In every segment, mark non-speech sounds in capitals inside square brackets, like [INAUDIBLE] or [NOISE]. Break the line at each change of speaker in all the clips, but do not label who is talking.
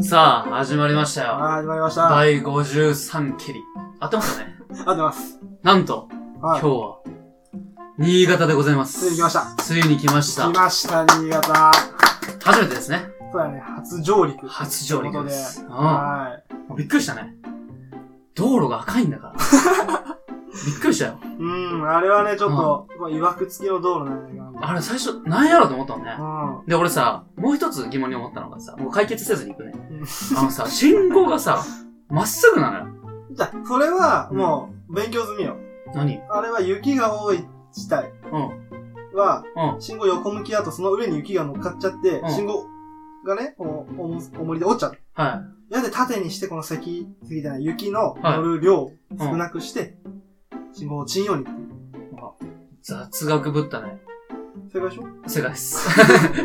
さあ、始まりました
あ
よ。
ー、始まりました。
第53蹴り。合ってますかね
ありがとうございます。
なんと、今
は
日は、新潟でございます。
ついに来ました。
ついに来ました
い。来。ました、新潟。
初めてですね。
そうだね、初上陸。
初上陸です。うん。も
は
うびっくりしたね。道路が赤いんだから。
[LAUGHS]
びっくりしたよ
い。。うん、あれはね、ちょっと、まあ、いわくつきの道路なんだけど。
あれ最初、なんやろうと思ったもんね。
うん。
で、俺さ、もう一つ疑問に思ったのがさ、もう解決せずに行くね
うん。
あのさ、信号がさ、まっすぐなのよ。
じゃあ、それは、もう、勉強済みよ。
何
あれは雪が多い地帯
うん。
は、
うん。
信号横向きだとその上に雪が乗っかっちゃって、
うん
信号がね、こう、おも重りで折っちゃう。
は
やで縦にしてこの積、積じゃない、雪の
はい
乗る量を
い。
少
うん。
なくして、信号を落ちんようにっていう。
雑学ぶったね。
正解でしょ
正解
[LAUGHS]
です。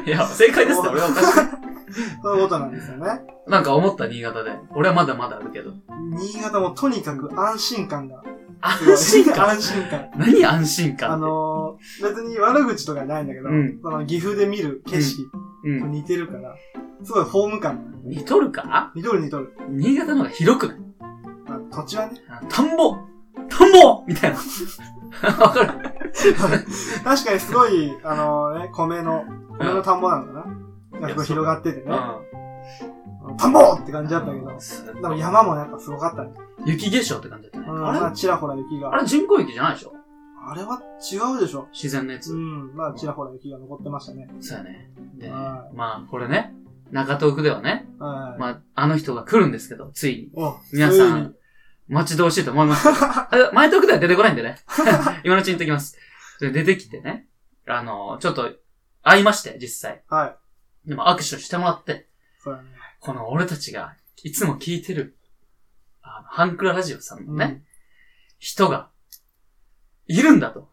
いや、正解ですって俺はおかしい。
そういうことなんですよね。
なんか思った新潟で。俺はまだまだあるけど。
新潟もとにかく安心感がすごい。
安心感
[LAUGHS] 安心感。
何安心感
あ
って。
のー、別に悪口とかないんだけど、
うん
その岐阜で見る景色
う
と
ん。
似てるから、すごいホーム感。
似とるか
似とる似とる。
新潟の方が広くない
まあ、土地はね。 [LAUGHS]
あ田んぼ田んぼみたいな。わかる
確かにすごい、あのね、米の、米の田んぼなのかな。
ん
なんか広がっててね
う。ん。
田んぼって感じだったけど。ですも山もやっぱすごかったね。
雪化粧って感じだったね。
うん、
あれ
まあ、ちらほら雪が。
あれ人工雪じゃないでしょ
あれは違うでしょ。
自然のやつ
う。ん、まあ、ちらほら雪が残ってましたね。
そうやね。で、
は
まあ、これね、中東区ではね、
はい。
まあ、あの人が来るんですけど、ついに。
お
皆
つい
さ
に
ん、待ち遠しいと思いますけど。 [LAUGHS] あ前トークでは出てこないんでね。 [LAUGHS] 今のうちに言っときます。で出てきてね、あの、ちょっと、会いまして、実際。
はい。
でも握手してもらって、
そうだね。
この俺たちが、いつも聞いてる、あの、ハンクララジオさんのね、人が、いるんだと。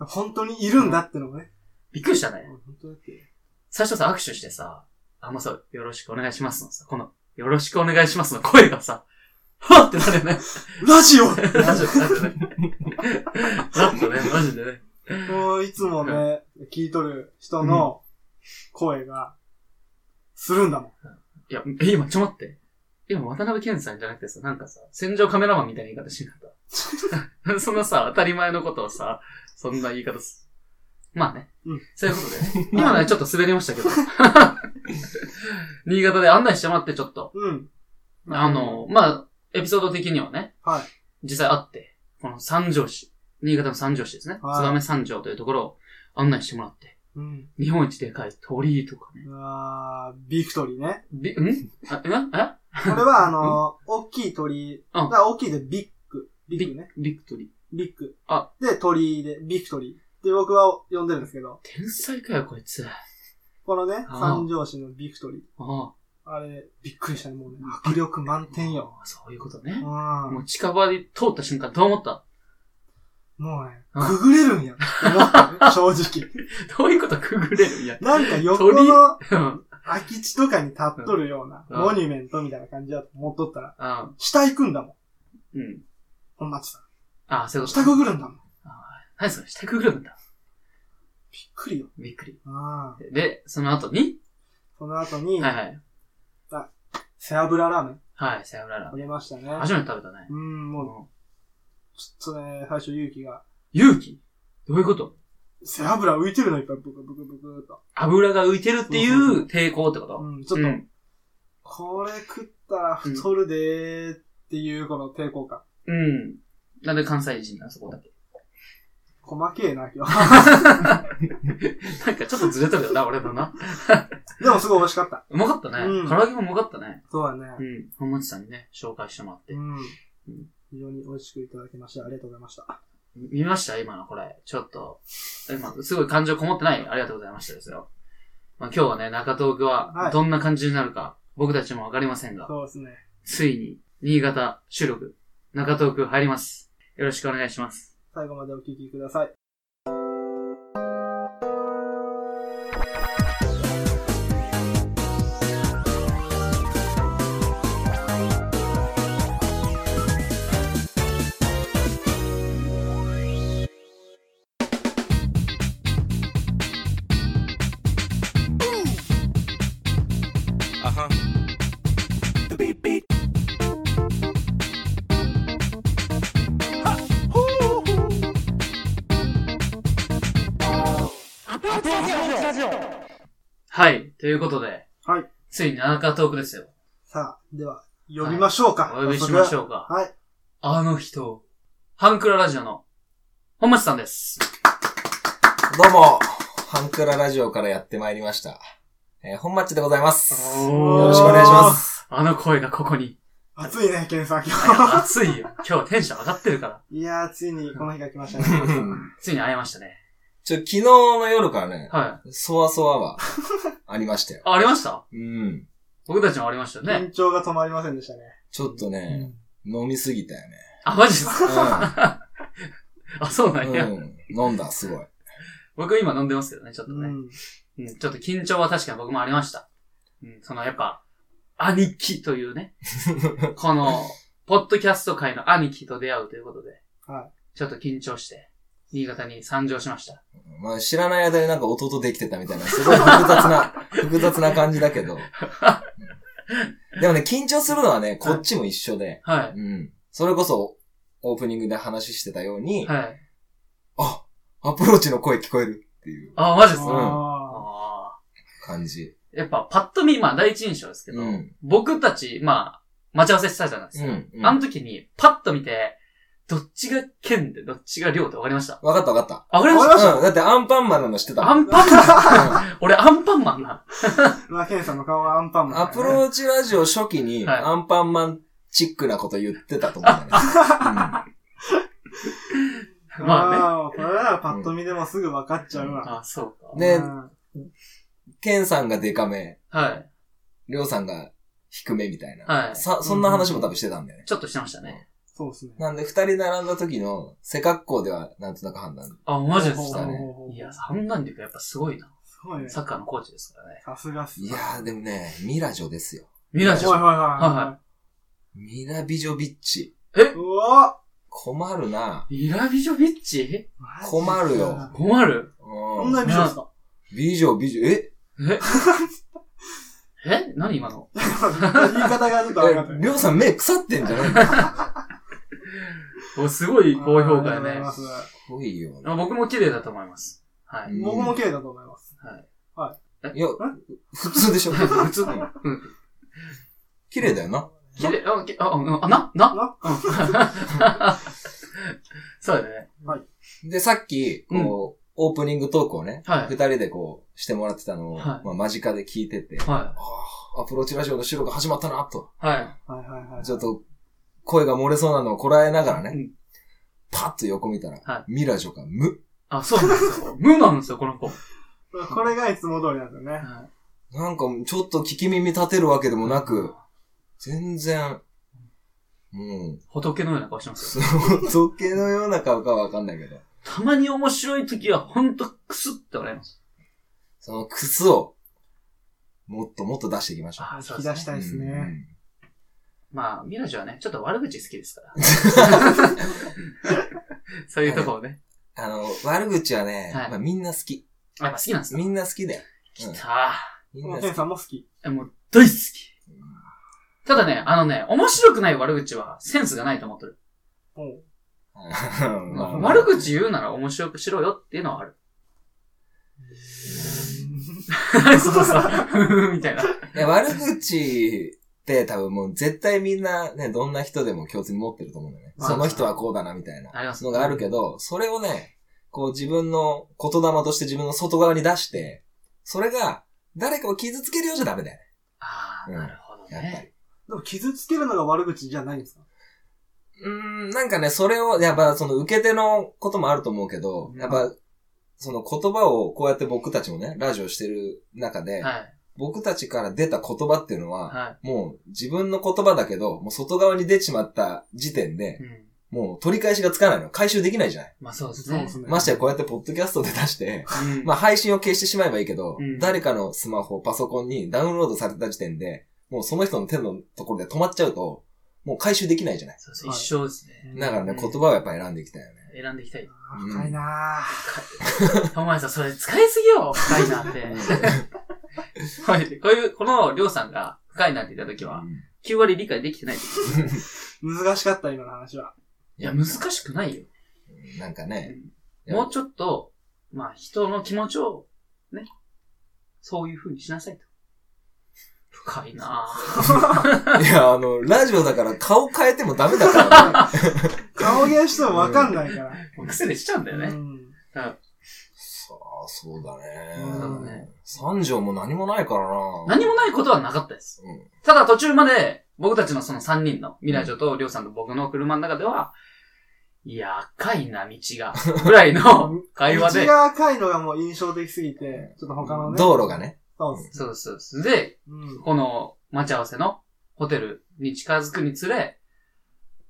うん。本当にいるんだってのもね。
びっくりしたね。
本当だって。
最初さ、握手してさ、あのさ、よろしくお願いしますのさ、この、よろしくお願いしますの声がさ、はっってなるよね。
ラジオ
ラジオになるよね。ラッとね、マジでね。
もういつもね、聞いとる人の声が、するんだもん。
いや、え、今、ちょ待って。今、渡辺健さんじゃなくてさ、なんかさ、戦場カメラマンみたいな言い方しなかった。 [LAUGHS] そんなさ、当たり前のことをさ、そんな言い方す。まあね。
うん
そういうことで、 [LAUGHS] ね。今のはちょっと滑りましたけど。新潟で案内してもらって、ちょっと。
うん。
あ、の、まあ、エピソード的にはね、
はい。
実際あって、この三条市、新潟の三条市ですね。
はい
燕三条というところを案内してもらって、
うん。
日本一でかい鳥居とかね。
うわービクトリーね。
び、んあ、え
これはあの、大きい鳥居。
うん
だから大きいでビッグ。ビッグね。
えビクトリー。
ビッグ。
あ
で、鳥居で、ビクトリー。で、僕は呼んでるんですけど、
天才かよ、こいつ。あ
このね、
あ
三条市のビクトリー。
あ、
あれ、びっくりしたね、もうね。迫力満点よ。
そういうこと
う
ね
ん。。
もう近場で通った瞬間どう思った [LAUGHS]
もうね、
うん
くぐれるん
[LAUGHS]
やって思ったね、正直。
どういうことくぐれるんや。 [LAUGHS]
なんか横
鳥
の
うん。
空き地とかに立っとるような、
うん
モニュメントみたいな感じだと思っとったら、
あ
下行くんだもん、
うん。
本町さん。
ああ、そういうこと。
下くぐるんだもん。びっ
何それ、下くぐるんだ。
くりよ。
びっくり。
ああ。
で、その後に、
その後に、
はいはい。
背脂ラーメン
はい、さよなら
あ。げましたね。
初めて食べたね。
うん、もう、ちょっとね、最初勇気が、
勇気どういうこと
背脂浮いてるのいっぱいブクブクブクっと。
油が浮いてるってい
そうそう
う抵抗ってこと
うん、ちょっ
う
と、
ん。
これ食ったら太るでーっていうこの抵
[LAUGHS]
抗感。
うん。なんで関西人なのそこだけ。
細けえな、今日。 [LAUGHS]
なんかちょっとずれとるよな、俺の
[LAUGHS]
な。
でもすごい美味しかった。
うまかったね。
うん
唐揚げもうまかったね。
そうだね
う。ん。本町さんにね、紹介してもらって
う。
う
ん
ん。
非常に美味しくいただきまして、ありがとうございました。
見ました今のこれ。ちょっと、今、すごい感情こもってない。ありがとうございましたですよ。まあ、今日はね、中東区
は、
はいどんな感じになるか、僕たちもわかりませんが、
そうですね。
ついに、新潟収録、中東区入ります。よろしくお願いします。
最後までお聞きください。
Uh huh. ラジオ
はい。ということで、
はい。
ついにアナカートークですよ。
さあ、では、呼びましょう
お
か。
呼びしまし
う。
ょうか。
はい。
あの人。ハンクララジオの、本町さんです。
どうも、ハンクララジオからやってまいりました。えー本マッチでございます。よ
おー
ろしくお願いします。
あの声がここに。
暑いね、ケンさん、今日。
暑いよ。今日はテンション上がってるから。
いやー、ついにこの日が来ました
ち
ね。
ょ、
ついに会えましたね。
昨日の夜からね、
はい。
そわそわは、ありましたよ。
あ、ありました
うん。
僕たちもありましたよね。
緊張が止まりませんでしたね。
ちょっとね、飲みすぎたよね。
あ、マジですかあ、そう [LAUGHS] なん
う
や。
ん。うん。飲んだ、すごい。
僕今飲んでますけどね、ちょっと
う
ね。
ん。
うん、ちょっと緊張は確かに僕もありました。うん、そのやっぱ、兄貴という
[LAUGHS]
ね、この、ポッドキャスト界の兄貴と出会うということで、
は
ちょっと緊張して、新潟に参上しました。
まあ、知らない間になんか弟できてたみたいな、すごい複雑な、 [LAUGHS] 複雑な感じだけど。うんでもね、緊張するのはね、こっちも一緒で。
はい。
うん。それこそ、オープニングで話してたように、
はい。
あ、アプローチの声聞こえるっていう
あ、マジですか、あ
あ
あ
感じ。
ーやっぱ、パッと見、まあ、第一印象ですけど、
うん。
僕たち、まあ、待ち合わせしたじゃないです
う
か。
ん。うん
あの時に、パッと見て、どっちが剣でどっちが量って分かりました
わかったわか。
あわかりまし
わかりました
うん。だってアンパンマンなの知ってた
たア
もん。
ンパンマン俺、アンパンマンな。
ーまあ、ケンさんの顔はアンパンマン。
アプローチラジオ初期に、
はい
アンパンマンチックなこと言ってたと思うんだよね。
まあね
ああ、これならパッと見でもすぐ分かっちゃうわ。
あ、そうか。
ね
[LAUGHS] うん
うんケンさんがデカめ、
はい。
りょうさんが低めみたいな。
はい
さ、そんな話も多分してたんだよね。
ちょっとしてましたね。
そうですね。
なんで、二人並んだ時の背格好では、なんとなく判断。
あ、マジです
そ
か
うね
いや、判断力やっぱすごいな。
すごいね。
サッカーのコーチですからね。
さすがっす。
いやー、でもね、ミラジョですよ。
ミラ
おい
ジ
おいおい
ョ。
は
は
ミラビジョビッチ。
い。うお
困るな。
ミラビジョビッチ
マジ
困るよ
か
困る
う
こんなに美女ですか
美女、美女、え
え [LAUGHS] え何今の
[LAUGHS] 言い方がちょっとあれがった
え、りょうさん目腐ってんじゃないの [LAUGHS] か
おすごい高評価やね。
濃いよな。
僕も綺麗だと思います。は [LAUGHS]
う
い。
ん
僕も綺麗だと思います。
いや、普通
[LAUGHS]
でしょ、普通。綺麗だよな。
綺麗、あ、きあ、あ、あな、な
な
そうだね。
で、さっき、こう、オープニングトークをね、
はい
二人でこう、してもらってたのを、
は
ま
い
あ、間近で聞いてて、
は
あーアプローチラジオの収録始まったな、と。
い。は
はいはいはい。
ちょっと、声が漏れそうなのをこらえながら
う
ね
ん、
パッと横見た
は
ら、ミラジョが無。
あ、そうなんですよ。無なんですよ、この子。は
これがいつも通りなんですよね。
い
なんか、ちょっと聞き耳立てるわけでもなく、全然、もう、
仏のような顔してます
そ
よ。
の [LAUGHS] 時計のような顔かわかんないけど、
たまに面白い時はほんとクスって笑います。
そのクスを、もっともっと出していきましょう。
あ
引き出し
い。
たいですね。
まあ、ミラジュはね、ちょっと悪口好きですから。
[LAUGHS]
そういうとこをね。
うん。あの、悪口はね、
はい
まあ、みんな好き。
あやっぱ好きなんですね。
みんな好きだよ。
きた
みん
も
な
うケン
好
さんも好き。
ー。もう大好き。ただね、あのね、面白くない悪口はセンスがないと思ってる。
おう
き。まあ
悪口言うなら面白くしろよっていうのは
[LAUGHS]
ある。何そのさ、ふふ [LAUGHS] ふみたいな。
いや悪口って多分もう絶対みんなね、どんな人でも共通に持ってると思うんだよね。
まあ
その人はこうだな、みたいな。
あります
のがあるけど、それをね、こう自分の言霊として自分の外側に出して、それが誰かを傷つけるようじゃダメだよね。
ああ、
うん
なるほど
やっぱ
ね。
り。
でも傷つけるのが悪口じゃないんですか
うーん、なんかね、それを、やっぱその受け手のこともあると思うけど
う、ん
やっぱ、その言葉をこうやって僕たちもね、ラジオしてる中で、
はい。
僕たちから出た言葉っていうのは、
は
もう自分の言葉だけど、もう外側に出ちまった時点で
い。、うん。
もう取り返しがつかないの。回収できないじゃない。
まあそうです
そう
ね
で。すね。
ましてやこうやってポッドキャストで出して、
うん
まあ配信を消してしまえばいいけど、
うん
誰かのスマホ、パソコンにダウンロードされた時点で、もうその人の手のところで止まっちゃうと、もう回収できないじゃない。
そうそう、一生ですね。
だからね、
うん
言葉はやっぱ選んでいきたいよね。
選んでいきたい。
あー深いなぁ。
お前さん、それ使いすぎよ深いなって。 [LAUGHS] はい。こういう、この、りょうさんが深いなって言った時は、9割理解できてない時。
難しかった、今の話は。
いや、難しくないよ。 [LAUGHS]
うんなんかね、
もうちょっと、まあ、人の気持ちを、ね、そういう風にしなさいと。深いなぁ。
いや、あの、ラジオだから顔変えてもダメだからね。
顔芸してもわかんないから。
[LAUGHS] もう癖でしちゃうんだよね。
うん
さあ、そうだ
そうだ
ね
ね。
三条も何もないからな。
何もないことはなかったです。
うん
ただ途中まで、僕たちのその3人の、ミラジョとりょうさんと僕の車の中では、いや、赤いな、道が。ぐらいの会話 [LAUGHS]
道
で。
が赤いのがもう印象的すぎて、ちょっと他のね。
道路がね。
そうです。
そうそうそう。で、
うん。
この待ち合わせのホテルに近づくにつれ、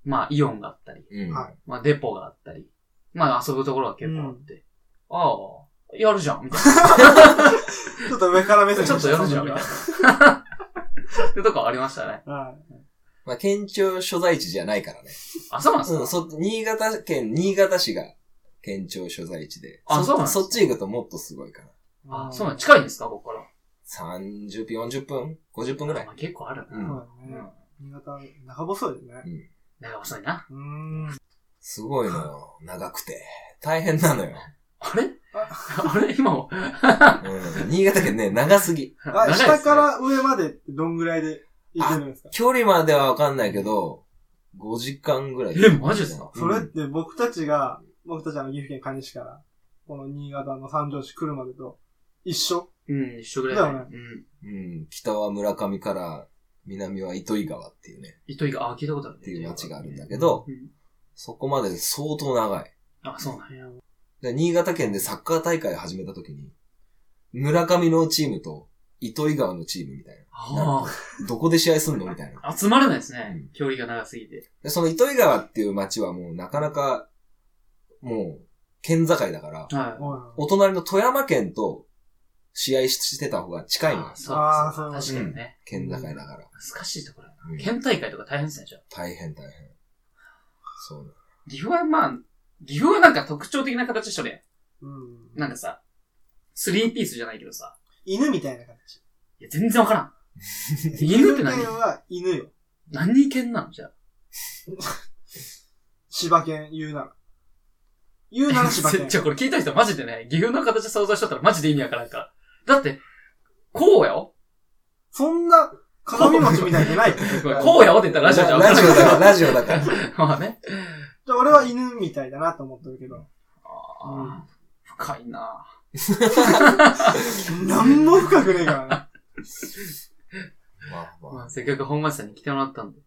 まあ、イオンがあったり、
うん。
は
まあ、デポがあったり、まあ、遊ぶところが結構あって、ああ、やるじゃん、みたい
ちょっと上から目線
[LAUGHS]
な。ちょっとやるじゃん、みたいな。 [LAUGHS] ってとこありましたね。
な。はい。
まあ、県庁所在地じゃないからね。
あ、そうなんですか、
うん、そ、新潟県、新潟市が県庁所在地で。
あそうなんですか
そっち行くともっとすごいから。
あ、そうなん
な
近いんですか、ここから。
30分、40分 ?50 分ぐらい
まあ、結構あるな。
うん
そう
う
だね
ん。。
新潟、長細いですね。
長細いな。
うーん。
すごいのよ。長くて。大変なのよ。
あれ [LAUGHS] あれ今も。
うん。新潟県ね、長すぎ。
長い
あ、
です
下
ね
から上までってどんぐらいで行けるんですか
距離まではわかんないけど、5時間ぐらい。
えマジっすか
それっ
うん
て僕たちが、僕たちはあの岐阜県蟹市から、この新潟の三条市来るまでと一緒
うん、一緒ぐらいだね。
だよ
うん。
うん。北は村上から、南は糸魚川っていうね、
糸魚川、あ、聞いたことあるね。
っていう町があるんだけど、
うん。
そこまで相当長い。
あ、そうなんや。
で新潟県でサッカー大会始めた時に、村上のチームと糸魚川のチームみたい
あ
な。どこで試合すんのみたいな。
あ。集まらないです
う
ね
ん。
距離が長すぎて。
で、その糸魚川っていう町はもうなかなか、もう、県境だから、
はい。
おい
お隣の富山県と試合してた方が近いのよ
あ。そう
あー
そう
そう
確かにね。
県境だから。
難しいところやな。
うん
県大会とか大変ですね、じゃあ。
大変大変。そうね。
岐阜はまあ、岐阜はなんか特徴的な形しとるや
うん
ん。なんかさ、スリーピースじゃないけどさ。
犬みたいな形。
いや、全然わから
[LAUGHS]
ん。犬って
岐阜県
何
は犬よ。
何県なのじゃあ。
柴犬言うなら。言うなら
[LAUGHS]
柴
ちょ
犬。
ちょ、これ聞いた人マジでね、岐阜の形想像しとったらマジで意味わからんから。だって、こうやお
そんな鏡餅みたいじゃないよ。
ごめん [LAUGHS] こうやおって言ったらラジオじゃん。
ラジオだから、ラジオだから。
[LAUGHS] まあね。
じゃあ俺は犬みたいだなと思ってるけど。
あー深いな
なんも深くねえからね。
まあ
ぁ、
ま
ま
あ
あ、。せっかく本町さんに来てもらったんで。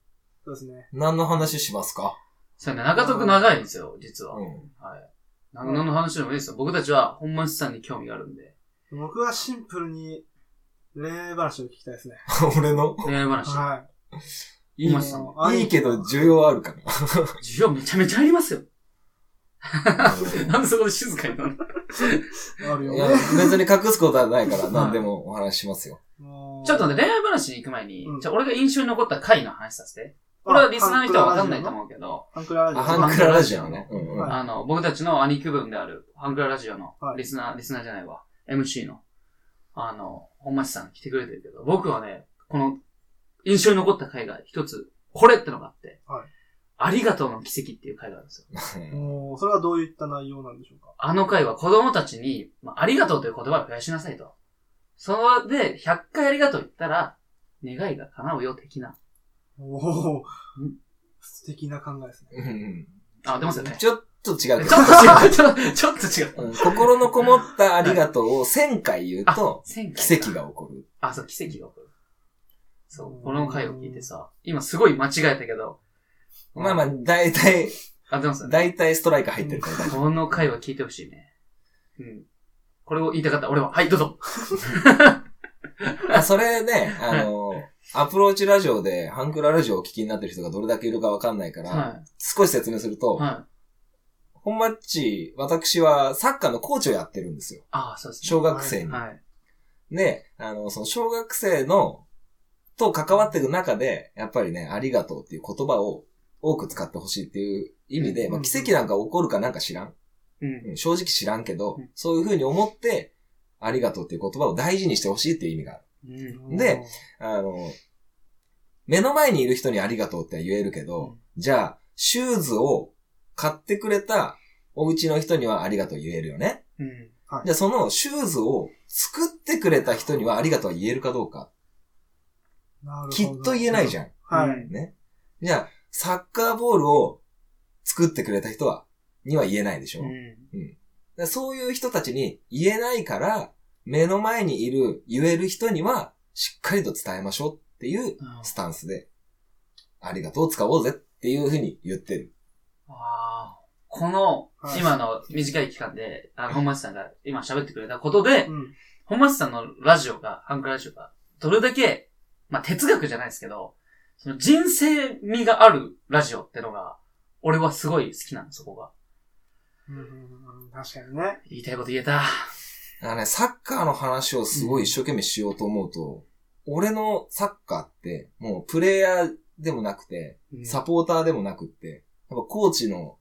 そうですね。
何の話しますか
そうね、中徳長いんですよ、実は。
う
はい。
ん。
何の話でもいいですよ。僕たちは本町さんに興味があるんで。
僕はシンプルに、例話を聞きたいですね。
[LAUGHS] 俺の
恋愛話。
はい
い
い
い
ま、す
いいけど、需要あるか
[LAUGHS] 需要めちゃめちゃありますよ。
な。
なんでそこで静かになるの
あるよ
いや
ね。
別に隠すことはないから、何でもお話ししますよ。
もう
ちょっとね、恋愛話に行く前に、
うん
じゃあ俺が印象に残った回の話させて。これはリスナーの人はわかんないと思うけど。
ハンクララジオ
あ、
の。
ハンクララジオのね。うんうん。
はい
あの、僕たちの兄貴分である、ハンクララジオの
はい
リスナー、リスナーじゃないわ、MC の、あの、本町さん来てくれてるけど、僕はね、この、印象に残った回が一つ、これってのがあって、
はい
ありがとうの奇跡っていう回があるんですよ。
もう、それはどういった内容なんでしょうか
あの回は子供たちに、まあ、ありがとうという言葉を増やしなさいと。それで、100回ありがとう言ったら、願いが叶うよ、的な。
おお
うん
素敵な考えですね。
うんうん
あ、出ますよね。
ちょっと違うけ
ちょっと違う、ちょっと、ちょっと違う。
[LAUGHS] ど、うん心のこもったありがとうを1000回言うと、
1000回
奇跡が起こる。
あ、そう、奇跡が起こる。そう、この回を聞いてさ、今すごい間違えたけど、
まあまあ、大体、
あ、でもさ、
大体ストライカー入ってるから大丈
この回は聞いてほしいね。うん。これを言いたかった、俺は。はい、どうぞ。
夫。あそれ
[LAUGHS]
ね、あの、アプローチラジオで、ハンクララジオをお聞きになってる人がどれだけいるかわかんないから、
は
少し説明する
い。
と、
はい。
本マッチ、私はサッカーのコーチをやってるんですよ。
ああ、そうですね。
小学生に。
はい。
で、あの、その小学生の、と関わっていく中で、やっぱりね、ありがとうっていう言葉を多く使ってほしいっていう意味で、
うん
まあ、奇跡なんか起こるかなんか知らん。
うん。
うん正直知らんけど
うん、
そういうふうに思って、ありがとうっていう言葉を大事にしてほしいっていう意味がある。
うん。
であの、目の前にいる人にありがとうって言えるけ
う
ど
ん、
じゃあ、シューズを買ってくれたお家の人にはありがとう言えるよね。
うん。
はい
じゃあそのシューズを作ってくれた人にはありがとうは言えるかどうか。
なるほど。
きっと言えないじ
ゃん。
ゃん。
はい。
うん
ね。じゃあ、サッカーボールを作ってくれた人は、には言えないでしょ。
う
だか
ん。
らそういう人たちに言えないから、目の前にいる、言える人には、しっかりと伝えましょうっていう
あ
スタンスで、ありがとうを使おうぜっていうふうに言ってる。
あー。この
は、い
今の短い期間で、あの、本町さんが今喋ってくれたことで
う、ん。
本町さんのラジオが、ハンクラジオが、どれだけ、まあ、哲学じゃないですけど、その人生味があるラジオってのが、俺はすごい好きなの、そこが。
うんうんうん確かにね。
言いたいこと言えた。
だからね、サッカーの話をすごい一生懸命しようと思うと、俺のサッカーって、もうプレイヤーでもなくて、サポーターでもなくって、やっぱコーチの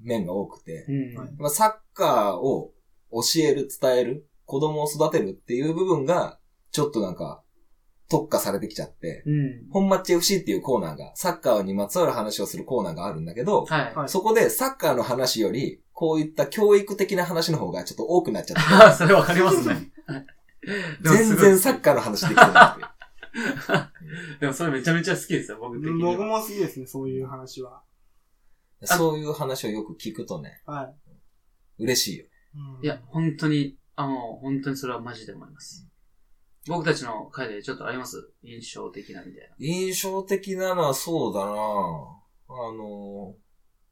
面が多くて、
うん。
はい
やっぱサッカーを教える、伝える、子供を育てるっていう部分が、ちょっとなんか、特化されてきちゃって、
うん。
本マッチ FC っていうコーナーが、サッカーにまつわる話をするコーナーがあるんだけど、
はい。
はい
そこでサッカーの話より、こういった教育的な話の方がちょっと多くなっちゃっ
[LAUGHS] ああ、それわかりますね。
て、全然サッカーの話できてないっ
ー。 [LAUGHS]
ていう。
でもそれめちゃめちゃ好きですよ、僕的には。
僕も好きですね、そういう話は。
[LAUGHS] そういう話をよく聞くとね、
はい。
嬉しいよ。
うん
いや、、本当に、あの、本当にそれはマジで思います。僕たちの会でちょっとあります印象的なみたい
印象的なのはそうだなあの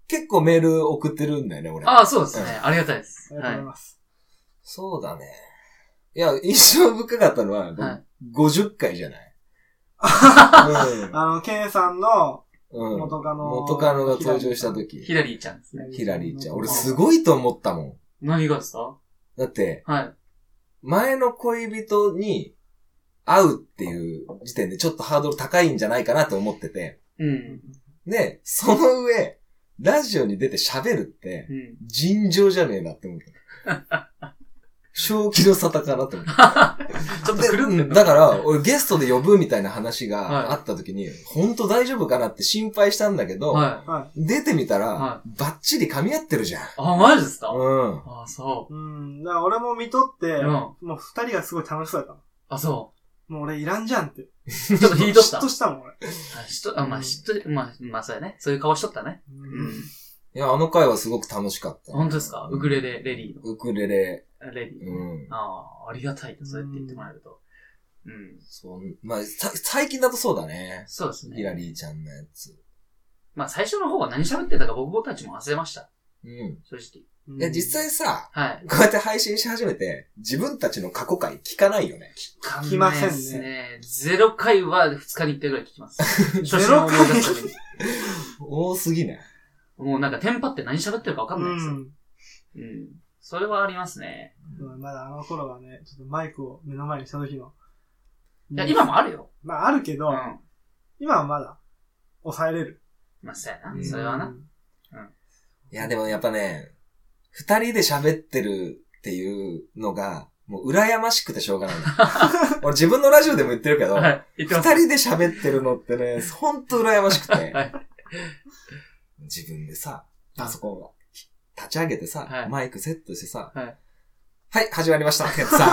結構メール送ってるんだよね、俺。
な。ああ、そうですね。ありがたいです。は
ありがとうござい
い。
ます。
そうだね。いや、印象深かったのは、
は
50回じゃない
[LAUGHS]
あの、ケンさんの
うん。うん。
元カノ。
元カノが登場した
ヒ
時、
ラリーちゃんですね。
ヒラリーちゃん。俺す
い。
ごいと思ったもん。
何がですか
だって、
はい。
前の恋人に会うっていう時点でちょっとハードル高いんじゃないかなと思ってて。
うん。
で、その上、ラジオに出て喋るって
う、ん。
尋常じゃねえなって思った。
[LAUGHS]
正気の沙汰かなって思った。
ちょっとくるん
で
で
うん
んだ。
だから、俺ゲストで呼ぶみたいな話があった時に、本当大丈夫かなって心配したんだけど、
はい。
は
出てみたら、
は
バッチリ噛み合ってるじゃん。
あ、マジですか
うん。
ああ、そ
い。うん。だから俺も見とって、
う。うん。あ、
もう二人がすごい楽しそうやったの。
そ
もう俺いらんじゃんって。
う。ちょっと引いとった。
嫉妬したもん、俺。
あしと、あ、まあ、しと、まあ、まあ、そうやね。そういう顔しとったね。
うん。
いや、あの回はすごく楽しかった。
本当ですかウクレレ、レリーの。
ウクレレ。
レリー。
うん。
ああ、ありがたいな、そうやって言ってもらえると。うん。
そんまあ、さ最近だとそうだね。
そうです
ヒ
ね。
ラリーちゃんのやつ。
まあ、最初の方は何喋ってたか僕たちも忘れました。
うん。
正直。
うん
いや、実、際さ、
はい。
こうやって配信し始めて、自分たちの過去回聞かないよね。 [LAUGHS]
聞
きませんね
ね。ゼロ回は2日に1回ぐらい聞きます。初
ゼ
心を
ロ
思
回
い出すために。
多すぎない。
もうなんかテンパって何喋ってるかわかん
う
ないですよ。
ん。
うん。それはありますね。
うんまだあの頃はね、ちょっとマイクを目の前にした時の。
いや、今もあるよ。
まああるけ
う
ど、
ん。
今はまだ、抑えれる。
まあ、そうやな。それは
う
な。
ん。
いや、でもやっぱね、二人で喋ってるっていうのが、もう羨ましくてしょ
[LAUGHS]
うがない。俺自分のラジオでも言ってるけど、
はい。言って
二
ます。
人で喋ってるのっ
[LAUGHS]
てね、ほんと羨ましくて
はい。
自分でさ、パソコンを立ち上げてさ、
はい
マイクセットしてさ、
はい
はい、始まりましたって
[LAUGHS]
さ、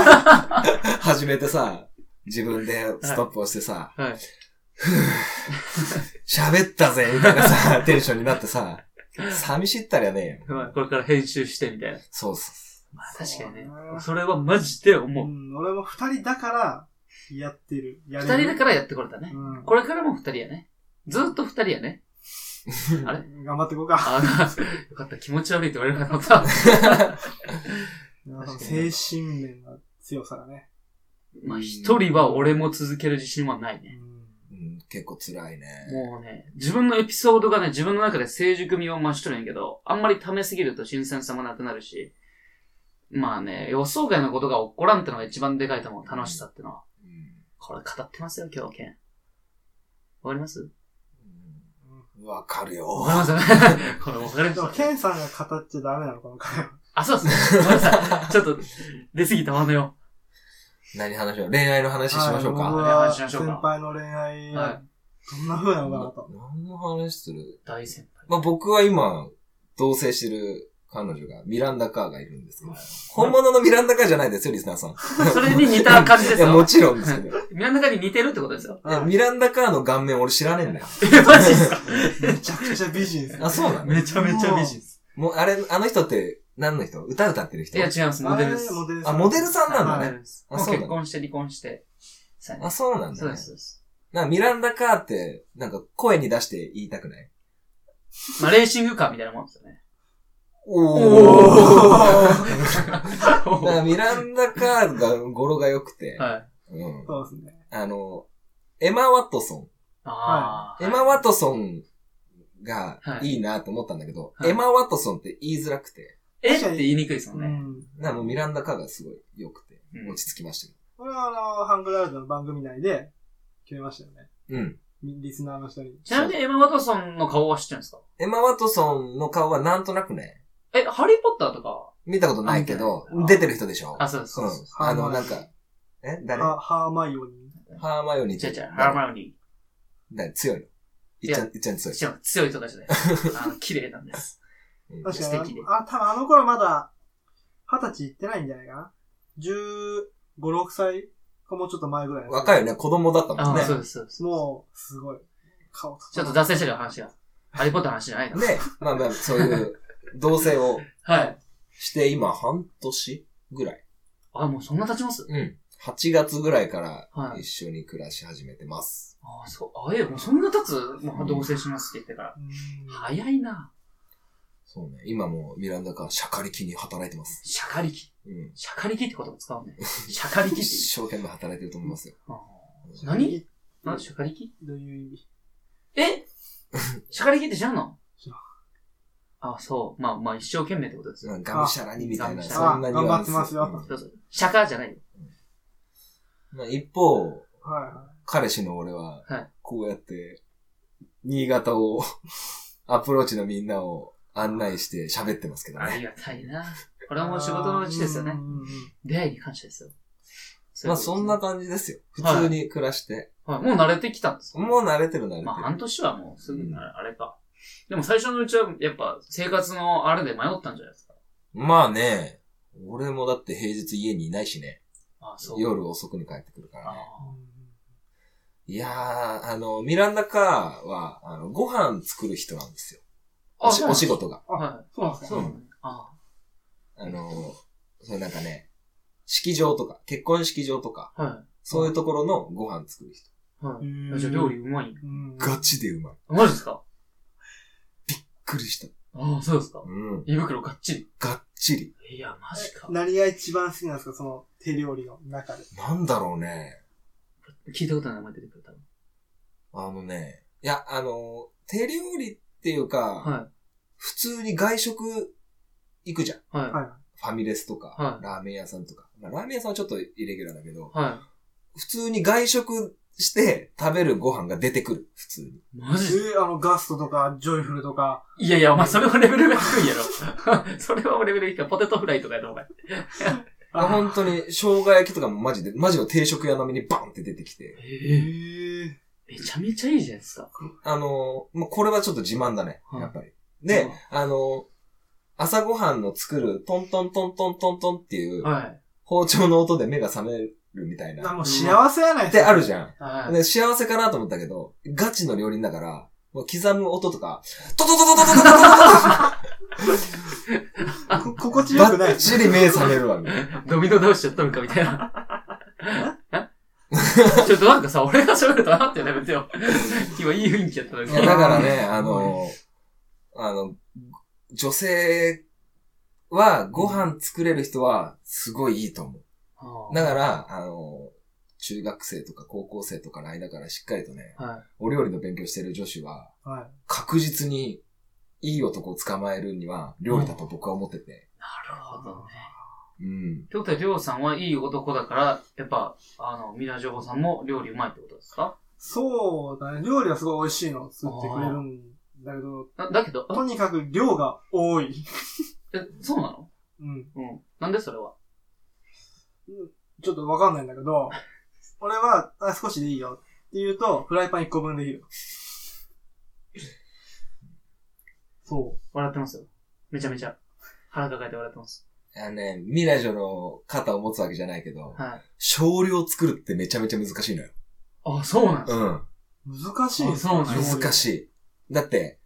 始めてさ、自分でストップをしてさ、
はい。
喋ったぜみたい
[LAUGHS]
なさ、テンションになってさ、寂しいったりゃねえよ。
まあこれから編集してみたいな。
そうそう。
まあ、確かにね
そうだ。な
それはマジで思
う
う。
ん、俺も二人だから、やってる。や
二
れる
人だからやってこれたね。
うん。
これからも二人やね。ずーっと二人やね。あれ
頑張っていこうか。
あーよかった。気持ち悪いって言われるかと思った。
その精神面の強さがね。
まあ一人は俺も続ける自信はないうね。
ん
うん、結構辛いね。
もうね、自分のエピソードがね、自分の中で成熟味を増しとるんやけど、あんまり溜めすぎると新鮮さもなくなるし、まあね、予想外のことが起こらんってのが一番でかいと思う。楽しさってのは。
うん
これ語ってますよ、今日、ケン。わかります
うんわかる
わ
よ
か。りますよね。 [LAUGHS] これわかりま
でも、
す
ケンさんが語っちゃダメなのかな、この
あ、そうですね。ごめんなさい。ちょっと、出過ぎたまんのよ。
何話しよう恋愛の話しましょう
はい僕
か。
は
話しましょうか
先輩の恋愛、
は
どんな風なのかなと。
何の話する
大先輩。
まあ僕は今、同棲してる彼女が、ミランダカーがいるんですけど、本物のミランダカーじゃないですよ、リスナーさん。
[LAUGHS] それに似た感じで
い
す
や、も
よ。
ちろんですけど。
ミランダカーに似てるってことですよ。
えミランダカーの顔面俺知らねえんだよ。
え、マジですか
めちゃくちゃ美人ですね
あ、そうなの
めちゃめちゃ美人です。
もう、あれ、あの人って、何の人歌歌ってる
い
人
や、違います。モデルです
あ。 [LAUGHS] モデルさ
あ、
ん
モデルさんなんだ
はいモデ
ね。
ルです
あ
もう
そうだ
結婚して離婚して。そう
あ、そうなんだ
で
ね。
すそうです。
なんかミランダカーって、なんか声に出して言いたくない
まあ、レーシングカーみたいなもんですよ
[LAUGHS]
ね。
おーだか
は
らミランダカーが語呂が良くて、
い。
うん。
そうですね。
あの、エマ・ワトソ
ああ。
ン。エマ・ワトソンが
はい
いいなと思ったんだけど、
はい
エマ・ワトソンって言いづらくて、
えって言いにくいですもん
う
ね。
ん。
なんかもうミランダカーがすごい良くて
う、ん
落ち着きましたけ
これはあの、ハングラウドの番組内で決めましたよね。
ど。うん。
みリスナーの人に。
ちなみにエマ・ワトソンの顔は知ってるんですか
エマ・ワトソンの顔はなんとなくね、
え、ハリー・ポッターとか
見たことないけど
あ見、てない
出てる人でしょ
あ、そうです。
う
そ
ん
うです。。
あの、なんか、え誰ハ
ハハーマイオニー。
ーマヨニー
ち
と
ゃちゃ、ハーマーニ
誰強いのいっちゃん、いっちゃん強
ー。
い。
ちゃ強いとかじゃないです。あの、綺麗なんです。
うん
確
素
か
敵
に
で。
あ、多分あの頃まだ、二十歳行ってないんじゃないかな。15、6歳かもうちょっと前ぐらい。
若い
い。
よね、子供だったも
あ
ん [LAUGHS] ね
あ、。そうです、そうです。
もう、すごい。顔
ちょっと
だ
脱線してるよ話が。ハリー・ポッターの話じゃ
[LAUGHS]
ないの。
で、まあまあ、そういう、同棲を
はい。
して、今、半年ぐらい。
あ、もうそんな経ちます
うん。8月ぐらいから
はい。
一緒に暮らし始めてます。
あ、そう。あ、え、もうそんな経つもう同棲しますって言ってから。早いな。
そうね。今もうミランダからしゃかりきに働いてます。
シャカリキ。
うん。
シャカリキって言葉使うね。シャカリキって
一
言
生懸命働いてると思いますよ。
う。あー何なんシャカリキ
どういう意味
えシャカリキって知らんの
知らん
あ、そう。まあまあ、一生懸命ってことですよ。
うんがむしゃらにみたいな、
あ
そんなニュア
頑
ンス
張ってますよ
どうぞ。シャカじゃないよ。
うんまあ一方、
はいは
彼氏の俺は
はい、
こうやって、新潟を、アプローチのみんなを案内して喋ってますけど
あ
ね。
りがたいな。こ
い。
れはもう仕事のうちですよ
あー
ね
う。んうんうん
出会いに感謝ですよ。
まあそんな感じですよ。普通に暮らして。
はい。もう慣れてきたんですか
もう慣れてる慣れてる。
まあ半年はもうすぐなあれか。でも最初のうちはやっぱ生活のあれで迷ったんじゃないですか。
まあね、俺もだって平日家にいないしね。
あそう。
夜遅くに帰ってくるか
あ
らね。いやー、あの、ミランダカーは、あの、ご飯作る人なんですよ。
あ
おし
そうなん
お
です
仕
か
事が。
あ。はい。
そうなんですか
そうなんだねあ
あの、そうなんかね、式場とか、結婚式場とか、
あ。は
そういうところのご飯作る人。
い。は
うーん
い。じゃあ料理うまい。
うん
ガチでうまい。
マジですか
びっくりした。
ああ、そうですか。
うん。
胃袋がっち
がっちり。
り。いや、マジか。
何が一番好きなんですかその手料理の中で。
なんだろうね。
聞いたことない名前出てくる、多分。
あのね、いや、あの、手料理っていうか、
は
普通に外食行くじゃん。
い。はい。
はい
ファミレスとか、
はい
ラーメン屋さんとか。まあラーメン屋さんはちょっとイレギュラーだけど、
は
普通に外食して食べるご飯が出てくる。普通に。
い。マ
え
ジで
ー、あの、ガストとか、ジョイフルとか、
いやいや、お前それはレベルが低いやろ。 [LAUGHS] それはレベル低いから、ポテトフライとかやったお前。
あ
本当に生姜焼きとかもマジで、マジの定食屋並みにバンって出てきて。
え
ええ。
ー、
めちゃめちゃいいじゃないですか。
あの、もうこれはちょっと自慢だね。
はい
やっぱり。で、
うん
あの、朝ごはんの作るトントントントントントンっていう
はい。
包丁の音で目が覚めるみたい
な
な。
もう幸せやない
ってある
じ
じゃん。
はい。
で、幸せかなと思ったけど、ガチの料理人だから、もう刻む音とか、トトトトトトトトト
ゃん。こ心地よく
トトバ
ない
ッチリ目覚めるわ、みたいな。
ドミノ倒しちゃったのかみたい [LAUGHS] な。えちょっとなんかさ、俺が喋るとなってなめてよ。今いい雰囲気やったのに
い。やだからね、あの、あの、女性はご飯作れる人はすごいいいと思う。だから、あの、中学生とか高校生とかの間からしっかりとね、
は
お料理の勉強してる女子は、
はい。
確実にいい男を捕まえるには料理だと僕は思ってて。
い。なるほどね。
うん。
ってことは、りょうさんはいい男だから、やっぱ、あの、ミラジョボさんも料理うまいってことですか
そうだね。料理はすごい美味しいのを作ってくれるんだけど、
だだけど、あ
とにかく量が多い。
え、そうなの
うん。
うん。なんでそれは
ちょっとわかんないんだけど、俺は、あ、少しでいいよって言うと、フライパン1個分できる。そう。
笑ってますよ。めちゃめちゃ。腹抱えて言われてます。
あのね、未来女の肩を持つわけじゃないけど、
はい。
少量作るってめちゃめちゃ難しいのよ。
あ、そうなんですか、
う
難しい
あそうなんです
ん。難しい。だって、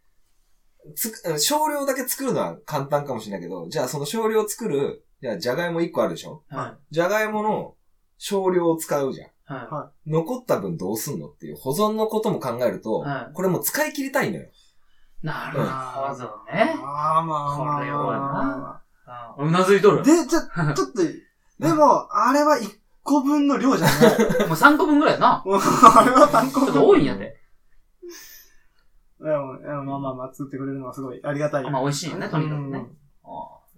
つく、少量だけ作るのは簡単かもしれないけど、じゃあその少量作る、じゃあじゃがいも1個あるでしょ
はい
じゃがいもの少量を使うじゃん。
はい。は
残った分どうすんのっていう保存のことも考えると、
はい
これもう使い切りたいのよ。
い。なるほどね。
ああ、まあまあまあ
これは
ま
あうなずいと
あ。
る。
で、じゃ、ちょっといい、でも、あれは1個分の量じゃない。
もう3個分ぐらいやな。
もうあれは単
ちょ
個
っ
分。
と多いんやで。
いやもういやまあまあまあ、作ってくれるのはすごいありがたい。
まあ美味しいよね、とにかく
う
ね
ん。。
あ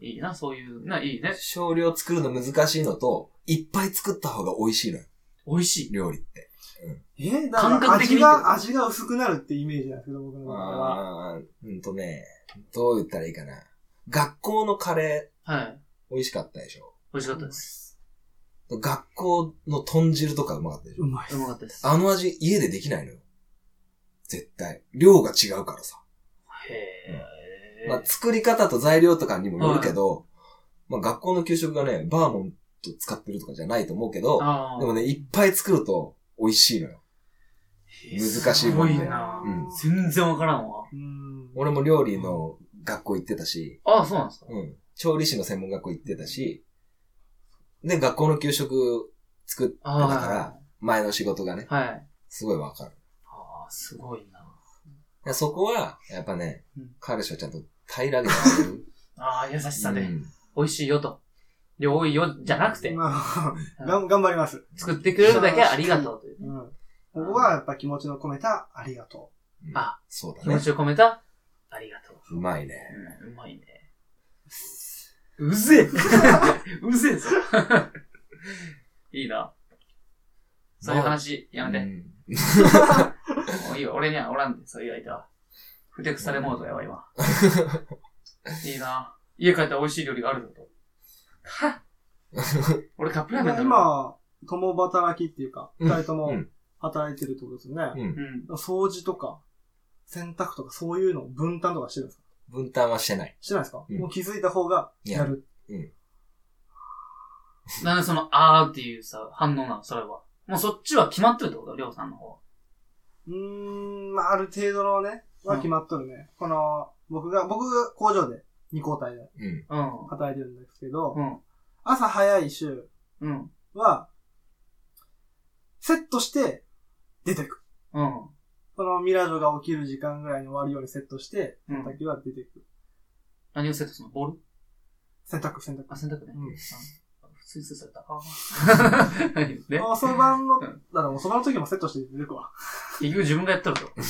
ーいいな、そういう。な、いいね。
少量作るの難しいのと、いっぱい作った方が美味しいのよ。
美味しい。
料理って。
えだか
感
ら
覚的に
味が、味が薄くなるってイメージなんですけど、僕の中では。
あーうんとね、どう言ったらいいかな。学校のカレ
はい。
ー、美味しかったでしょ
美味しかったです。
学校の豚汁とかうまかったでし
う
ょ
まいっす。
うまかったです。
あの味、家でできないのよ。絶対。量が違うからさ。
へ
まあ、作り方と材料とかにもよるけど、まあ、学校の給食がね、バーモント使ってるとかじゃないと思うけど、
あー
でもね、いっぱい作ると美味しいのよ。難しいもんね
すごいな
う。ん
全然わからんわ。
うん。
俺も料理の学校行ってたし、
ああ、そうなんですか。
うん。調理師の専門学校行ってたし、で、学校の給食作ってた
ああ。
から、前の仕事がね、
はい。
すごいわかる。
ああ、すごいな。
でそこは、やっぱね
うん、
カルショちゃんと平らげて
[LAUGHS]
あげる。
ああ、優しさ
う
で。
ん
美味しいよと。で、多いよ、じゃなくて。
まあ、がん頑張ります。
作ってくれるだけありがとうという
う
ね。
ん。ここはやっぱ気持ちの込めたありがと
うん
あ
そうだ
気持
ね。
ちを込めた、ありがとう。
うまいね。
うん、うまいね。うぜ [LAUGHS] えうぜえぞ。いいな。そういう話、やめて。
うん
もういいよ。俺にはおらんで、そういう相手は。ふてくされモードやわ、今。いいな。家帰ったら美味しい料理があるぞと。は俺カップ
う。
ラーメンだろ。
今、共働きっていうか、
うん
二人とも
うん
働いてるってことですよ
う。
ね。
うんん。
掃除とか、洗濯とかそういうのを分担とかしてるんですか
分担はしてない。
してないですか
うん
もう気づいた方がやる。
なんでその、あーっていうさ、反応なの、それは。もうそっちは決まっとるってことりょうさんの方は。
うーん、まあ、ある程度のね、は決まっとるね。この、僕が、僕が工場で2交代で
うん。
う
働いてるんですけど、
ん。うん。
朝早い週
うん。
は、セットして出てく。
うん。
そのミラジョが起きる時間ぐらいに終わるようにセットして、
うん
洗濯機は出てく。
何をセットするのボール
洗濯、洗濯。
あ、洗濯ね。
うん
あ普通にスーツだった。あー [LAUGHS] で、
おそばの、
う
だ
ん
からおそばの時もセットして出てくわ。
結局自分がやっとると。